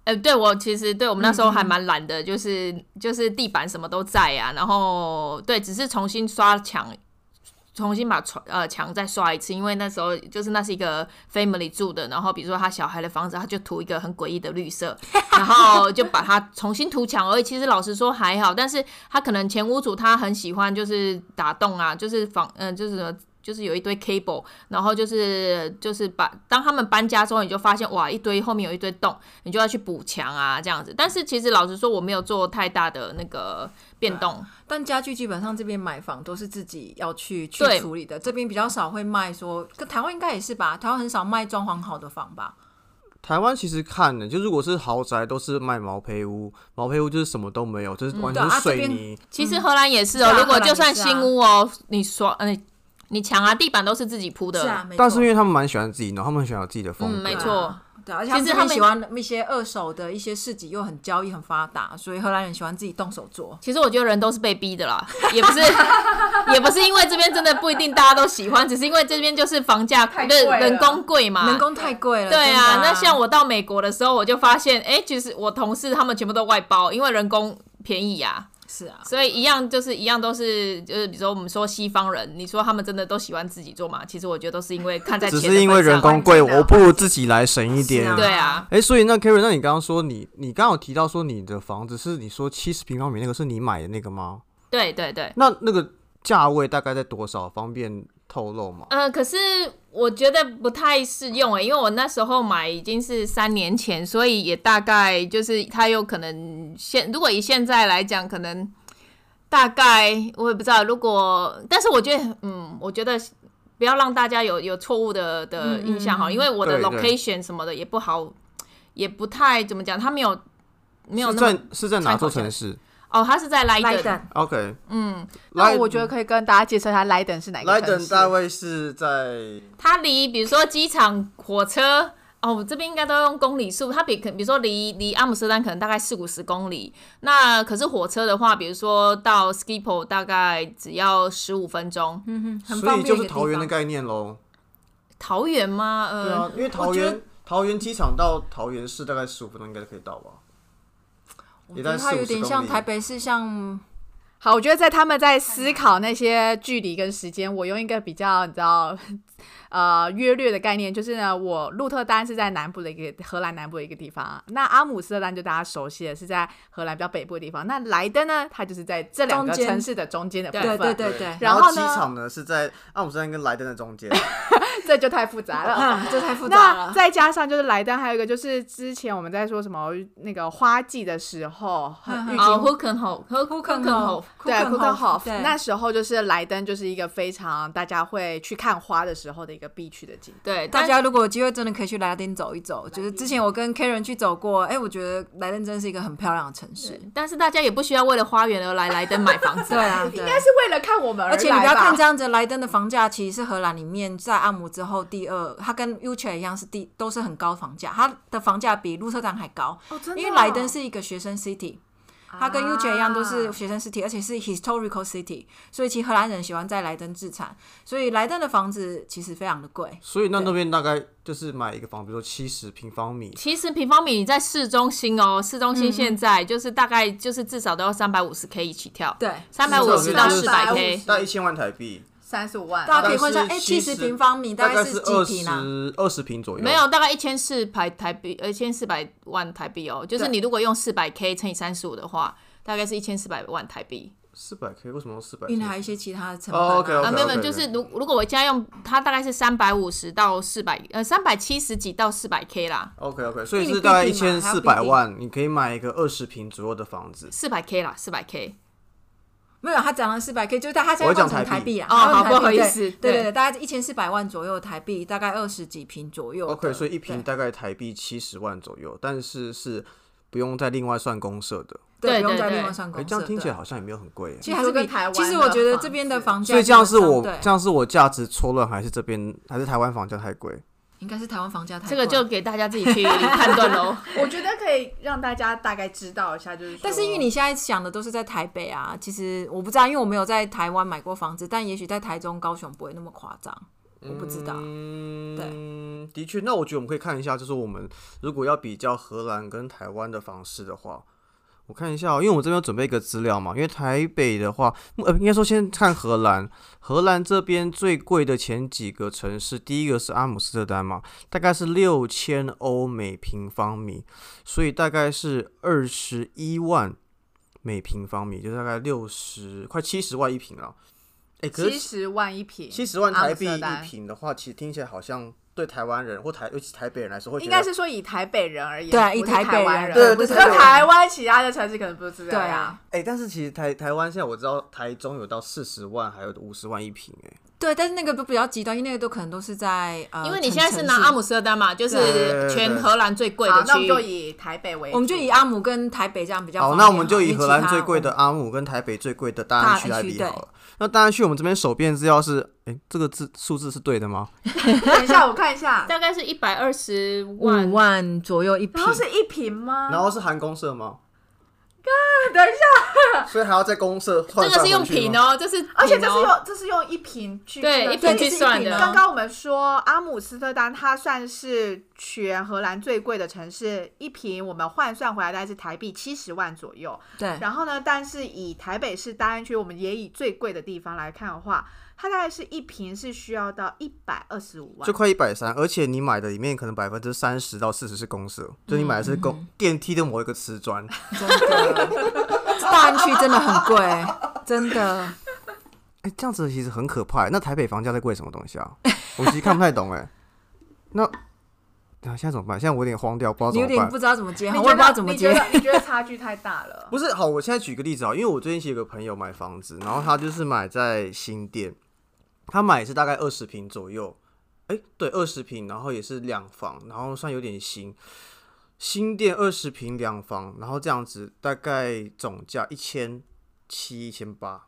S4: 呃，对我其实对我们那时候还蛮懒的，就是就是地板什么都在啊，然后对，只是重新刷墙，重新把床呃墙再刷一次，因为那时候就是那是一个 family 住的，然后比如说他小孩的房子，他就涂一个很诡异的绿色，然后就把它重新涂墙而已。其实老实说还好，但是他可能前屋主他很喜欢就是打洞啊，就是房嗯、就是什么。就是有一堆 cable，然后就是就是把当他们搬家之后，你就发现哇，一堆后面有一堆洞，你就要去补墙啊这样子。但是其实老实说，我没有做太大的那个变
S3: 啊
S4: 动，
S3: 但家具基本上这边买房都是自己要去去
S4: 对
S3: 处理的，这边比较少会卖说，跟台湾应该也是吧，台湾很少卖装潢好的房吧，
S1: 台湾其实看的，就如果是豪宅，都是卖毛坯屋，毛坯屋就是什么都没有，就是完全
S3: 对
S1: 是
S3: 啊这
S1: 水
S3: 边
S1: 泥。
S4: 其实荷兰也是哦、
S3: 是啊
S4: 如果
S3: 荷兰
S4: 就
S3: 也是啊
S4: 算新屋哦、你说嗯、你墙啊、地板都是自己铺的，
S3: 是啊，没错。
S1: 但是因为他们蛮喜欢自己弄，他们很喜欢有自己的风
S4: 嗯，
S1: 格。
S4: 没
S3: 对啊
S4: 错。
S3: 对，而且
S4: 其
S3: 他
S4: 实
S3: 们这边
S4: 他们
S3: 喜欢一些二手的一些市集，又很交易很发达，所以荷兰人喜欢自己动手做。
S4: 其实我觉得人都是被逼的啦，也不是，也不是因为这边真的不一定大家都喜欢，只是因为这边就是房价
S2: 太
S4: 不是
S2: 贵了
S4: 人工贵嘛，
S3: 人工太贵了，
S4: 啊对
S3: 真
S4: 啊，
S3: 的
S4: 那像我到美国的时候，我就发现，哎、其实我同事他们全部都外包，因为人工便宜呀、
S3: 是啊，
S4: 所以一样就是一样都是就是，比如说我们说西方人，你说他们真的都喜欢自己做嘛？其实我觉得都是因为看在
S1: 只
S4: 钱的
S1: 是因为
S4: 份上
S1: 人工贵，
S2: 环境啊
S1: 我不如自己来省一点
S3: 是。啊
S4: 对啊，
S1: 哎、所以那 Karen，那你刚刚说你，你刚刚有提到说你的房子是你说七十平方米那个是你买的那个吗？
S4: 对对对，
S1: 那那个价位大概在多少？方便透露吗？
S4: 呃，可是我觉得不太适用诶、欸因为我那时候买已经是三年前，所以也大概就是它有可能现，如果以现在来讲，可能大概我也不知道。如果，但是我觉得，嗯，我觉得不要让大家有有错误的的印象哈，因为我的
S1: 嗯对对
S4: location 什么的也不好，也不太怎么讲，它没有没有
S1: 是
S4: 那么
S1: 在是在哪
S4: 参考
S1: 座
S4: 价值
S1: 城市
S4: 哦，它是在莱
S3: 来
S4: 登，
S3: 等，
S1: ？OK，
S4: 嗯，
S2: 那我觉得可以跟大家介绍一下莱登是哪一个
S1: 莱
S2: 城
S1: 登
S2: 市
S1: 大卫是在
S4: 它离比如说机场火车哦，我这边应该都要用公里数。它比可比如说离离阿姆斯特丹可能大概四五十公里，那可是火车的话，比如说到 Schiphol 大概只要十五分钟。
S3: 嗯哼，很
S1: 所
S3: 方
S1: 以
S3: 便
S1: 就
S3: 一
S1: 是
S3: 个地
S1: 桃园的
S3: 方。嗯
S1: 概念喽。
S4: 桃园吗？呃，
S3: 哦
S1: 对啊，因为桃
S3: 觉得
S1: 园桃园机场到桃园市大概十五分钟应该可以到吧？
S3: 我
S1: 也
S3: 觉
S1: 在
S3: 得它有
S1: 40
S3: 点
S1: 公
S3: 像
S1: 里
S3: 台北市，像
S2: 好，我觉得在他们在思考那些距离跟时间，我用一个比较你知道，呃，约略的概念，就是呢，我鹿特丹是在南部的一个荷兰南部的一个地方，那阿姆斯特丹就大家熟悉的是在荷兰比较北部的地方，那莱登呢，它就是在这两个
S3: 中间
S2: 城市的中间的部
S3: 对
S2: 分，
S3: 对对对，
S1: 然
S2: 然后
S1: 机
S2: 呢
S1: 场呢是在阿姆斯特丹跟莱登的中间，
S2: 这就太复杂了。
S3: 啊，这太复杂
S2: 那
S3: 了。
S2: 再加上就是莱登，还有一个就是之前我们在说什么那个花季的时候，
S3: 嗯
S2: 郁
S3: 嗯
S2: 金
S4: 哦 h o o k e n h o f h o o k e n h o
S2: 对 c o o k e n h o f
S3: 对，
S2: 那时候就是莱登，就是一个非常大家会去看花的时候的一个必去的景点。
S4: 对，
S3: 大
S4: 但
S3: 家如果有机会，真的可以去莱丁走一走。就是之前我跟 Karen 去走过，哎、我觉得莱丁真是一个很漂亮的城市。
S4: 但是大家也不需要为了花园而来莱登买房子。
S3: 对啊，对。
S2: 应该是为了看我们
S3: 而且你不要看这
S2: 样，
S3: 样子，莱登的房价其实是荷兰里面在阿姆之后第二，它跟 u c h 一样是第都是很高房价，它的房价比鹿特丹还高，因
S1: 哦
S3: 为莱登是一个学生 city，它
S1: 啊
S3: 跟 u c 一样都是学生 city，、而且是 historical city，所以其实荷兰人喜欢在莱登置产，所以莱登的房子其实非常的贵。
S1: 所以那
S3: 对
S1: 那边大概就是买一个房，比如说七十平方米，
S4: 其实平方米你在市中心哦，市中
S3: 嗯
S4: 心现在就是大概就是至少都要三百五十 K 一起跳，
S3: 对，
S4: 三百五十到四百
S2: 350
S4: K。
S1: 大概一千万台币，
S2: 三十五万，
S3: 大家可以
S1: 概
S3: 换一下，
S1: 是
S3: 哎，七
S1: 70
S3: 十平方米
S1: 大
S3: 概
S1: 概
S3: 是
S1: 二
S3: 几平啊？
S1: 十二十平左右。
S4: 没有，大概一千四百台币，呃，一千四百万台币哦。就是
S3: 对
S4: 你如果用四百 K 乘以三十五的话，大概是一千四百万台币。
S1: 四百 K，为什么四百？
S3: 因为还有一些其他的成本、啊。
S1: 哦，OK，OK，OK
S4: 啊，没有没有，
S1: 对
S4: 就是如如果我现在用它，大概是三百五十到四百，呃，三百七十几到四百 K 啦，
S1: OK OK，所以
S3: 因为
S1: 是
S3: 你
S1: 大概一
S3: 必定
S1: 千
S3: 嘛还要
S1: 四
S3: 必
S1: 百
S3: 定
S1: 万，你可以买一个二十平左右的房子。
S4: 四百 K 啦，四百 K。
S3: 没有，他涨了四百 K，就是他现
S1: 我
S3: 在
S1: 讲
S3: 换成
S1: 台
S3: 台
S1: 币
S3: 币啊。
S4: 哦
S3: 换成
S4: 好
S3: 台
S4: 不
S3: 币
S4: 好意
S3: 对
S4: 思
S3: 对
S4: 对
S3: 对对，大概一千四百万左右台币，大概二十几平左右的。
S1: OK，所以一平
S3: 对
S1: 大概台币七十万左右，但是是不用再另外算公社的。
S3: 对
S4: 对
S3: 不用
S4: 对
S3: 再
S4: 对
S3: 另外算公
S1: 哎，
S3: 司。
S1: 这样听起来
S3: 对，
S1: 好像也没有很贵耶。
S3: 其实还
S2: 你
S3: 是比
S2: 说跟台湾
S3: 其实
S2: 的
S3: 我觉得
S2: 房
S3: 这边
S2: 子
S3: 的房价
S1: 所以
S3: 真的相
S1: 这样是我
S3: 对，
S1: 这样是我价值错乱，还是这边还是台湾房价太贵？
S3: 应该是台湾房价太
S4: 这个
S3: 贵
S4: 就给大家自己去判断喽。
S2: 我觉得可以让大家大概知道一下，就是说，
S3: 但是因为你现在想的都是在台北啊，其实我不知道，因为我没有在台湾买过房子，但也许在台中、高雄不会那么夸张，我不知道。
S1: 嗯，的确。那我觉得我们可以看一下，就是我们如果要比较荷兰跟台湾的房市的话，我看一下哦、因为我这边有准备一个资料嘛。因为台北的话，呃，应该说先看荷兰。荷兰这边最贵的前几个城市，第一个是阿姆斯特丹嘛，大概是六千欧每平方米，所以大概是二十一万每平方米，就大概六十快七十万一平了。哎、可
S2: 七
S1: 是
S2: 十万一平，
S1: 七十万台币
S2: 阿姆斯特
S1: 一
S2: 丹
S1: 平的话，其实听起来好像对台湾人或台尤其台北人来说会觉
S2: 应
S1: 得
S2: 该是说以台北人而言，
S3: 对啊以
S2: 不是
S3: 台北
S2: 湾
S3: 人
S2: 人，
S1: 对
S2: 不
S1: 对
S2: 是
S1: 对对
S2: 台湾其他的城市可能不是这
S3: 对
S2: 样。
S3: 啊，
S1: 哎、但是其实台台湾现在我知道台中有到四十万，还有五十万一平哎、
S3: 对，但是那个都比较极端，因为那个都可能都是在呃，
S4: 因为你
S3: 城
S4: 现在是拿
S3: 城市
S4: 阿姆斯特丹嘛，就
S1: 对对对
S4: 是
S1: 对
S4: 全荷兰最贵
S2: 好
S4: 的，
S2: 那我
S4: 区
S2: 们就
S4: 域。
S2: 以台北为主，
S3: 我们就以阿姆跟台北这样比较
S1: 好，
S3: 方
S1: 那我
S3: 便
S1: 们就
S3: 哈
S1: 以
S3: 因为
S1: 荷
S3: 其
S1: 兰
S3: 他
S1: 最贵
S3: 我
S1: 的
S3: 们
S1: 阿姆跟台北最贵的大安区
S3: 大
S1: 来
S3: 安区
S1: 比
S3: 对
S1: 好了。那大安区我们这边手边资料是，哎、这个字数字是对的吗？
S2: 等一下我看一 下，
S4: 大概是一百二十万
S3: 五万左右一平
S2: 然，后是一平吗？
S1: 然后是含公社吗？
S2: 嗯等一
S1: 下，所以还要在公社换
S4: 这个是用
S1: 平
S4: 品，哦，这是
S2: 而且这是
S4: 品哦
S2: 用这是用一平去
S4: 对
S2: 算
S4: 一平
S2: 所以
S4: 去
S2: 是
S4: 算的
S2: 平刚刚我们说阿姆斯特丹它算是全荷兰最贵的城市，一平我们换算回来大概是台币七十万左右。
S3: 对，
S2: 然后呢，但是以台北市大安区，我们也以最贵的地方来看的话，它大概是一平是需要到一百二十五万
S1: 就。快一百三，而且你买的里面可能百分之三十到四十是公社，就你买的是公、电梯的某一个瓷砖。
S3: 真的，大安区真的很贵，真的。
S1: 哎、这样子其实很可怕欸。那台北房价在贵什么东西啊？我其实看不太懂哎。那那现在怎么办？现在我有点慌掉，不知道哦怎
S3: 你
S1: 么
S3: 有点
S1: 办
S3: 不。知道怎么接，
S2: 你
S3: 我
S2: 觉
S3: 也不
S2: 得
S3: 知道怎么
S2: 你觉
S3: 接。
S2: 得你觉得差距太大了？
S1: 不是好，我现在举个例子啊，因为我最近有个朋友买房子，然后他就是买在新店，他买是大概二十平左右，哎、对，二十平，然后也是两房，然后算有点新，新店二十平两房，然后这样子大概总价一千七、一千八，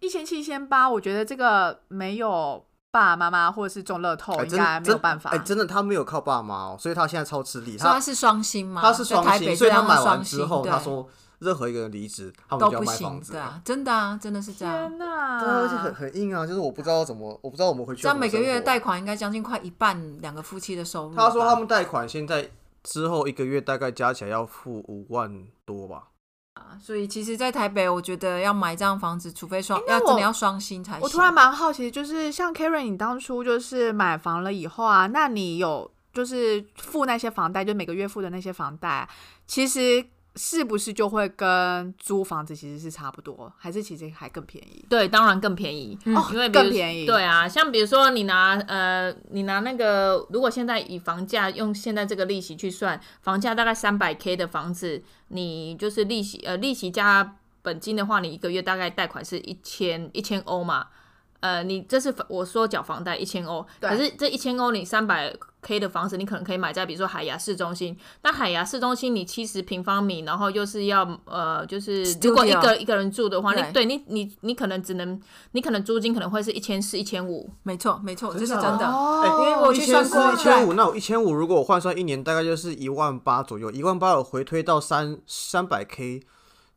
S2: 一千七、一千八，我觉得这个没有爸爸妈妈或者是中乐透
S1: 哎，
S2: 哦应
S1: 真的
S2: 该没有
S1: 真
S2: 办法
S1: 哎、。真的他没有靠爸妈哦，所以他现在超吃力，
S3: 所以
S1: 他
S3: 他是双薪嘛？
S1: 他是
S3: 啊在
S1: 双
S3: 台北
S1: 薪，所以
S3: 这样
S1: 他
S3: 的
S1: 买完
S3: 双
S1: 之
S3: 薪
S1: 后，
S3: 对
S1: 他说任何一个人离职，他们
S3: 都
S1: 就要
S3: 不
S1: 卖
S3: 行
S1: 房子
S3: 对
S1: 了。
S3: 啊，真的啊，真的是这样。
S2: 天哪！
S1: 对啊，而且很很硬啊，就是我不知道怎么，我不知道我们回去
S3: 这
S1: 要怎
S3: 样
S1: 么
S3: 每个
S1: 生
S3: 月
S1: 活
S3: 贷款应该将近快一半两个夫妻的收入吧。
S1: 他说他们贷款现在之后一个月大概加起来要付五万多吧。
S3: 所以其实，在台北，我觉得要买这样房子，除非双
S2: 诶那
S3: 要
S2: 我
S3: 真的要双薪才行。
S2: 我突然蛮好奇，就是像 Karen，你当初就是买房了以后啊，那你有就是付那些房贷，就每个月付的那些房贷，其实是不是就会跟租房子其实是差不多，还是其实还更便宜？
S4: 对，当然更便宜，
S3: 嗯
S2: 哦
S4: 因为比如
S2: 更便宜，
S4: 对啊，像比如说你拿呃，你拿那个，如果现在以房价用现在这个利息去算，房价大概三百 K 的房子，你就是利息呃利息加本金的话，你一个月大概贷款是一千一千欧嘛。呃，你这是我说缴房贷一千欧，
S2: 对
S4: 可是这一千欧你三百 K 的房子，你可能可以买在比如说海牙市中心。那海牙市中心你七十平方米，然后又是要呃，就是如果一
S3: Studio
S4: 个一个人住的话，你
S3: 对
S4: 对你你你可能只能你可能租金可能会是一千四、一千五，
S3: 没错，没错，这
S1: 真
S3: 是
S1: 的
S3: 真
S1: 啊
S3: 的。
S2: 哦，
S1: 因为
S3: 我
S1: 一
S3: 去
S1: 千
S3: 算
S1: 四、
S3: 过
S1: 一千
S3: 对
S1: 五，那我一千五如果我换算一年，大概就是一万八左右，一万八我回推到三三百 K，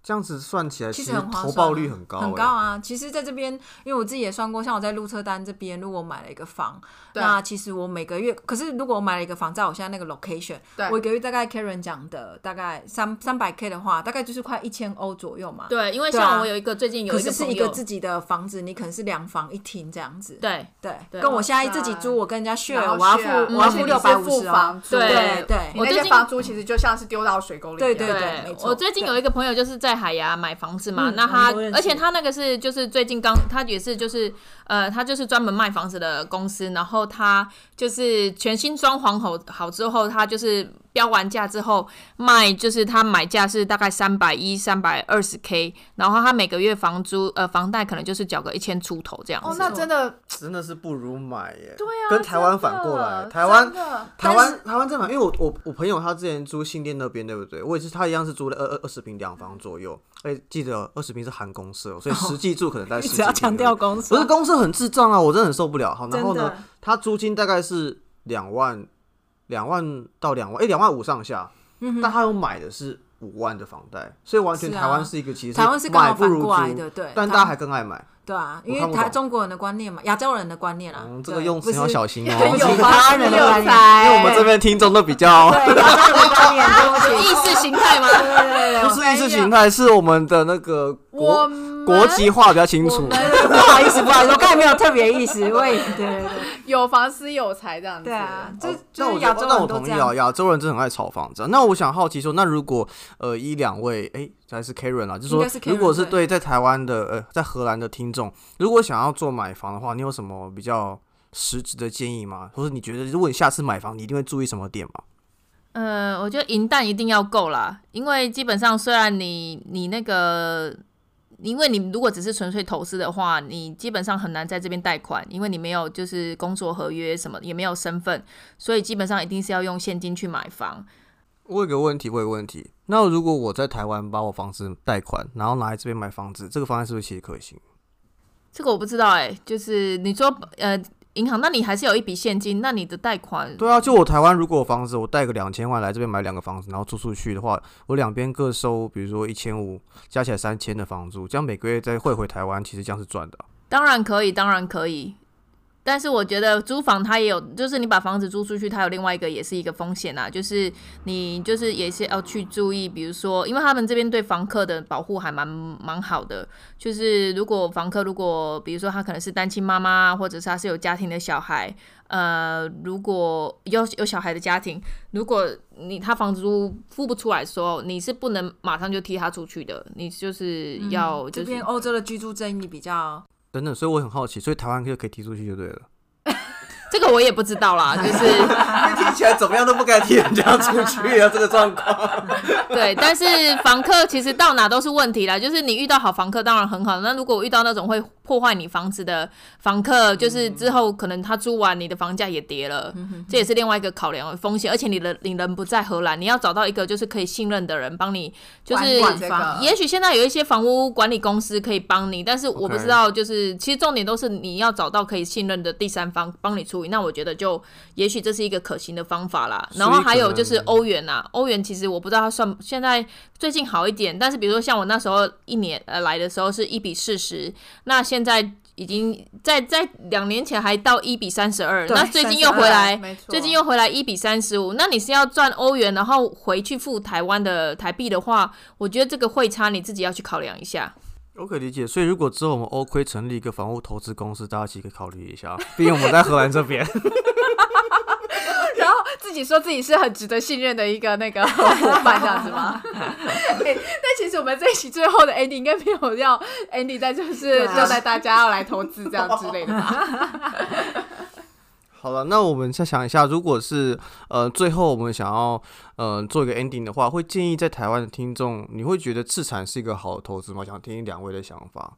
S1: 这样子算起来，
S3: 其
S1: 其
S3: 实很划算啊
S1: 投报率很高、欸，
S3: 很高啊！其实，在这边，因为我自己也算过，像我在路车单这边，如果我买了一个房，
S2: 对
S3: 那其实我每个月，可是如果我买了一个房，在我现在那个 location，
S2: 对
S3: 我一个月大概 Karen 讲的大概三三百 K 的话，大概就是快一千欧左右嘛。
S4: 对，因为
S3: 对啊
S4: 像我有一个最近有
S3: 可
S4: 一个
S3: 是是
S4: 朋
S3: 一个
S4: 友，
S3: 自己的房子，你可能是两房一厅这样子。
S4: 对
S3: 对，
S4: 对
S3: 跟我现在自己租，我跟人家 share，我要
S2: 然后
S3: 付
S2: share，
S3: 我要
S2: 而且
S3: 付
S2: 你
S3: 六
S2: 是
S3: 百五
S2: 付
S3: 十啊
S2: 房租
S4: 对
S3: 对对，
S2: 你
S4: 我
S2: 哎那
S4: 最
S2: 些
S4: 近
S2: 房租其实就像是丢到水沟里一样，
S3: 对对对没错
S4: 我最近有一个朋友就是在海牙买房子嘛，
S3: 嗯
S4: 那他
S3: 很多人是
S4: 而且他那个是就是最近刚他也是就是呃他就是专门卖房子的公司，然后他就是全新装潢好好之后，他就是标完价之后卖，就是他买价是大概三百一三百二十 K，然后他每个月房租呃房贷可能就是缴个一千出头这样
S2: 哦，
S4: 子。
S2: 那真的
S1: 真的是不如买耶、
S2: 对啊，
S1: 跟台湾反过来，台湾
S2: 真的
S1: 台湾台湾正常，因为我我我朋友他之前租新店那边，对不对？我也是，他一样是租了二二二十平两房左右，而且记得二十平是含公社哦，所以实际住可能在十
S3: 一
S1: 几
S3: 直要
S1: 平
S3: 强调
S1: 而已
S3: 公司
S1: 不是公社很智障啊，我真的很受不了。好，然后
S3: 真
S1: 呢
S3: 的，
S1: 他租金大概是两万两万到两万，哎、两万五上下，但他有买的是五万的房贷，所以完全
S3: 嗯是啊
S1: 台湾是一个其实
S3: 台湾是刚
S1: 买
S3: 好
S1: 不
S3: 反
S1: 如租
S3: 过来的，，对，
S1: 但大家还更爱买。
S3: 对啊，
S1: 我
S3: 因
S1: 看不
S3: 为台
S1: 懂
S3: 中国人的观念嘛，亚洲人的观念啦
S1: 嗯，，这
S3: 对
S1: 个用
S3: 不
S1: 词
S3: 是
S1: 要小心哦、
S3: 对
S1: 因
S3: 有
S2: 有
S3: 发
S2: 发
S3: 人
S2: 人
S3: 的
S2: 的
S3: 观念
S1: 为我们这边听众都比较
S3: 对亚洲人的观念，对 不
S4: 意
S3: 起，
S4: 识形态吗？
S3: 对对对对
S1: 不是意识形态，是我们的那个
S2: 我
S1: 国
S2: 们
S1: 国籍化比较清楚。
S3: 对，不好意思，不好意思，我刚才没有特别意思，我也 对对对
S2: 有房思有财这样子，
S3: 对啊，这
S1: 那
S3: 就
S1: 我
S3: 是亚
S1: 觉
S3: 洲
S1: 得那
S3: 人
S1: 我
S3: 都
S1: 同
S3: 这
S1: 意
S3: 样
S1: 啊，。亚洲人真的很爱炒房子啊、那我想好奇说，那如果呃，一两位哎、还是 Karen 啊，就
S3: 应
S1: 说
S3: 该是 Karen，
S1: 如果是对在台湾的呃，在荷兰的听众，如果想要做买房的话，你有什么比较实质的建议吗？或者你觉得如果你下次买房，你一定会注意什么点吗？
S4: 呃，我觉得银弹一定要够啦，因为基本上虽然你你那个，因为你如果只是纯粹投资的话，你基本上很难在这边贷款，因为你没有就是工作合约什么，也没有身份，所以基本上一定是要用现金去买房。
S1: 我有个问题，我有个问题。那如果我在台湾把我房子贷款，然后拿来这边买房子，这个方案是不是其实可行？
S4: 这个我不知道哎、就是你说呃银行，那你还是有一笔现金，那你的贷款
S1: 对啊，就我台湾如果有房子，我贷个两千万来这边买两个房子，然后租出去的话，我两边各收，比如说一千五，加起来三千的房租，这样每个月再汇回台湾，其实这样是赚的。啊
S4: 当然可以，当然可以。但是我觉得租房它也有，就是你把房子租出去，它有另外一个也是一个风险啊，就是你就是也是要去注意，比如说，因为他们这边对房客的保护还蛮蛮好的，就是如果房客如果比如说他可能是单亲妈妈，或者是他是有家庭的小孩，呃，如果有有小孩的家庭，如果你他房租付不出来的时候，你是不能马上就踢他出去的，你就是要就
S3: 嗯这
S4: 是、
S3: 边欧洲的居住正义比较
S1: 等等，所以我很好奇，所以台湾就可以踢出去就对了。
S4: 这个我也不知道啦，就是。
S1: 听起来怎么样都不该踢人家出去啊，这个状况。
S4: 对，但是房客其实到哪都是问题啦。就是你遇到好房客当然很好，那如果我遇到那种会破坏你房子的房客，就是之后可能他租完你的房价也跌了，这也是另外一个考量风险。而且你的你人不在荷兰，你要找到一个就是可以信任的人帮你，就是
S2: 管
S3: 这
S2: 这
S3: 个
S2: 个
S4: 也许现在有一些房屋管理公司可以帮你，但是我
S1: OK
S4: 不知道，就是其实重点都是你要找到可以信任的第三方帮你处理。那我觉得就也许这是一个可行的方法啦。
S1: 所以
S4: 然后还有就是
S1: 可能
S4: 欧元啊，欧元其实我不知道它算现在最近好一点，但是比如说像我那时候一年呃来的时候是一比四十，那现在已经在在两年前还到一比三十二，
S3: 对
S4: 那最近又回来。
S2: 没错，
S4: 最近又回来一比三十五，那你是要赚欧元，然后回去付台湾的台币的话，我觉得这个汇差你自己要去考量一下。
S1: 我可以理解，所以如果之后我们欧亏成立一个房屋投资公司，大家其实可以考虑一下，毕竟我们在荷兰这边。
S2: 然后自己说自己是很值得信任的一个那个伙伴，这样子吗？哎那其实我们这一期最后的 Andy 应该没有要 Andy 在就是
S3: 对啊
S2: 交代大家要来投资这样之类的吧？
S1: 好了，那我们再想一下，如果是呃最后我们想要呃做一个 ending 的话，会建议在台湾的听众，你会觉得自产是一个好的投资吗？想听两位的想法。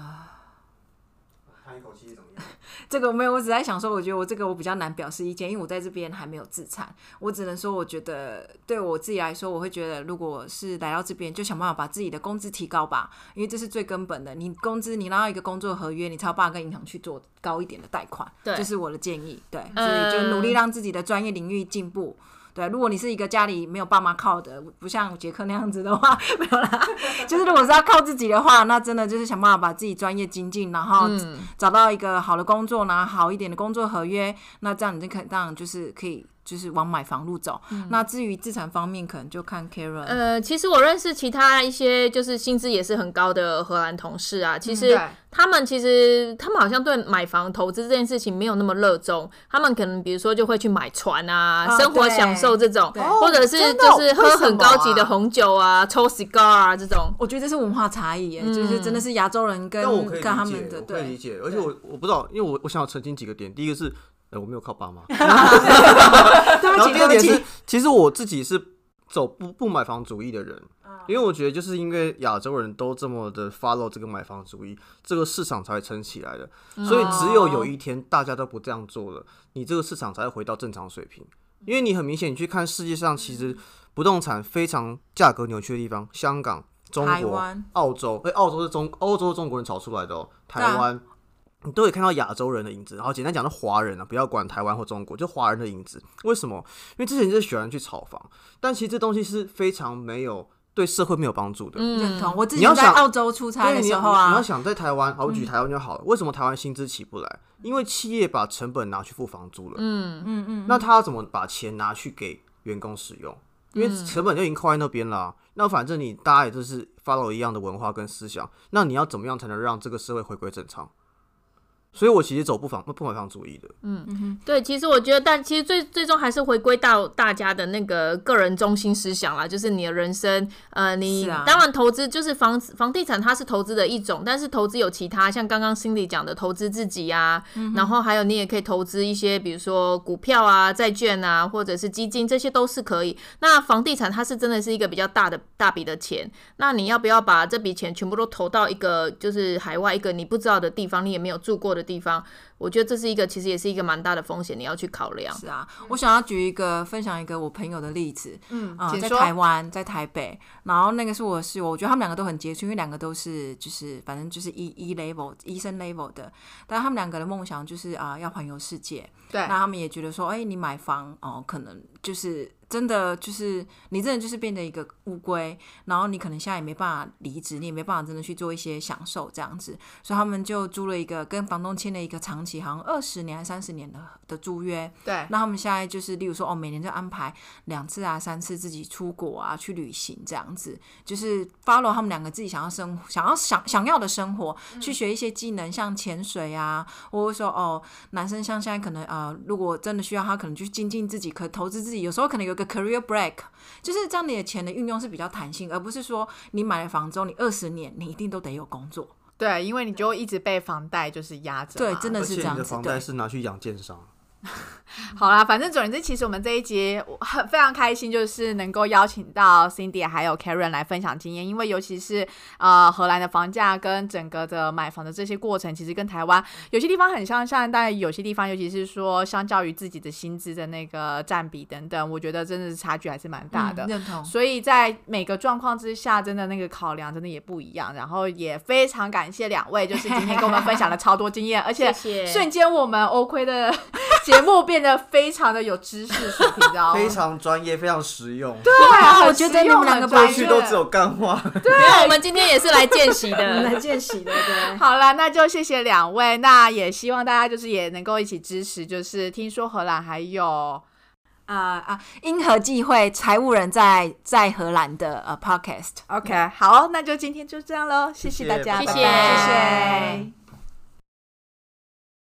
S1: 啊、一口气怎么样？
S3: 这个没有，我只在想说，我觉得我这个我比较难表示意见，因为我在这边还没有自产，我只能说，我觉得对我自己来说，我会觉得，如果是来到这边，就想办法把自己的工资提高吧，因为这是最根本的。你工资，你拿到一个工作合约，你才有办法跟银行去做高一点的贷款，
S4: 对
S3: 这是我的建议。对，所以
S4: 嗯
S3: 就努力让自己的专业领域进步。对，如果你是一个家里没有爸妈靠的，不像杰克那样子的话， 没有啦。就是如果是要靠自己的话，那真的就是想办法把自己专业精进，然
S4: 嗯
S3: 后找到一个好的工作，拿好一点的工作合约，那这样你就可以当然就是可以就是往买房路走。那至于资产方面，可能就看 Karen、
S4: 呃，其实我认识其他一些就是薪资也是很高的荷兰同事啊，其实
S2: 对
S4: 他们其实他们好像对买房投资这件事情没有那么热衷，他们可能比如说就会去买船啊、
S3: 啊
S4: 生活
S3: 对
S4: 享受这种，
S3: 对
S4: 或者是
S2: 真的
S4: 就
S2: 哦
S4: 是
S2: 为
S4: 喝
S2: 什
S4: 很
S2: 么
S4: 高级的
S2: 啊
S4: 红酒啊、抽 cigar 啊这种。
S3: 我觉得这是文化差异耶，就是真的是亚洲人跟
S1: 但我可以理解，
S3: 跟他们的
S1: 我可以理
S3: 对。
S1: 解，而且我我不知道，因为我我想要澄清几个点。第一个是，呃，我没有靠爸妈。
S3: 对
S1: 然
S3: 不
S1: 后
S3: 起，
S1: 第二
S3: 对
S1: 点是
S3: 不起，，
S1: 其实我自己是走不不买房主义的人，
S3: 啊
S1: 因为我觉得就是因为亚洲人都这么的 follow 这个买房主义，这个市场才会撑起来的。
S3: 嗯
S1: 所以只有有一天大家都不这样做了，你这个市场才会回到正常水平。
S3: 嗯
S1: 因为你很明显，你去看世界上其实不动产非常价格扭曲的地方，香港、中
S3: 台
S1: 国、
S3: 湾
S1: 澳洲，哎、澳洲是中欧洲是中国人炒出来的哦，
S3: 对
S1: 台
S3: 啊
S1: 湾。你都可以看到亚洲人的影子，然后简单讲，是华人啊，不要管台湾或中国，就华人的影子。为什么？因为之前就是喜欢去炒房，但其实这东西是非常没有对社会没有帮助的。
S4: 嗯
S3: 认同。我之
S1: 你要
S3: 前在
S1: 想
S3: 澳洲出嗯差
S1: 对，
S3: 的
S1: 你
S3: 时
S1: 要
S3: 候
S1: 你要
S3: 啊，嗯
S1: 想在台湾，好，我举台湾就好了。为什么台湾薪资起不来？因为企业把成本拿去付房租了。
S4: 嗯，
S3: 嗯嗯，
S1: 那他要怎么把钱拿去给员工使用？
S3: 嗯
S1: 因为成本就已经扣在那边了啊、那反正你大家也就是 follow 一样的文化跟思想，那你要怎么样才能让这个社会回归正常？所以我其实走不房不买房主义的，
S4: 对，其实我觉得，但其实最最终还是回归到大家的那个个人中心思想啦，就是你的人生，呃，你、
S3: 是啊
S4: 当然投资就是房子房地产，它是投资的一种，但是投资有其他，像刚刚心里讲的投资自己啊，
S3: 嗯
S4: 然后还有你也可以投资一些，比如说股票啊、债券啊，或者是基金，这些都是可以。那房地产它是真的是一个比较大的大笔的钱，那你要不要把这笔钱全部都投到一个就是海外一个你不知道的地方，你也没有住过的地方？我觉得这是一个其实也是一个蛮大的风险，你要去考量。
S3: 是啊，我想要举一个分享一个我朋友的例子，
S2: 嗯
S3: 啊、
S2: 请
S3: 在
S2: 说
S3: 台湾，在台北，然后那个是我的室友，我觉得他们两个都很杰出，因为两个都是就是反正就是医医 level 医生 level 的，但他们两个的梦想就是啊、要环游世界，
S2: 对
S3: 那他们也觉得说，哎、你买房哦，可能就是真的就是你真的就是变成一个乌龟，然后你可能现在也没办法离职，你也没办法真的去做一些享受这样子，所以他们就租了一个跟房东签了一个长期，好像二十年、三十年的的租约。
S2: 对，
S3: 那他们现在就是，例如说，哦，每年就安排两次啊、三次自己出国啊、去旅行这样子，就是 follow 他们两个自己想要生、想要想想要的生活，
S2: 嗯
S3: 去学一些技能，像潜水啊，或者说哦，男生像现在可能呃，如果真的需要，他可能去精进自己，可投资自己，有时候可能有一个 career break，就是这样你的钱的运用是比较弹性，而不是说你买了房之后，你二十年你一定都得有工作。
S2: 对，因为你就一直被房贷就是压着
S3: 对
S2: 嘛。
S3: 真的
S1: 而
S3: 是
S1: 且
S3: 这样
S1: 你的
S3: 子
S1: 房
S3: 对
S1: 贷是拿去养建商，
S2: 好啦，反正总而言之，其实我们这一集我很非常开心，就是能够邀请到 Cindy 还有 Karen 来分享经验，因为尤其是呃荷兰的房价跟整个的买房的这些过程，其实跟台湾有些地方很相像，但有些地方，尤其是说相较于自己的薪资的那个占比等等，我觉得真的是差距还是蛮大的。
S3: 嗯认同。
S2: 所以在每个状况之下，真的那个考量真的也不一样。然后也非常感谢两位，就是今天跟我们分享了超多经验，而 且
S4: 谢谢
S2: 瞬间我们欧亏的节目变得非常的有知识水平，你 知道吗？
S1: 非常专业，非常实用。
S2: 对，
S3: 我觉得你们两个
S2: 过
S1: 过去都只有干话。
S4: 没有，我们今天也是来见习 的。
S3: 见习的，对。
S2: 好了，那就谢谢两位，那也希望大家就是也能够一起支持，就是听说荷兰还有
S3: 啊啊！因何际会，财务人在在荷兰的呃 podcast。
S2: OK，好，那就今天就这样喽，谢
S1: 谢
S2: 大家，
S1: 谢
S4: 拜拜
S2: 谢谢。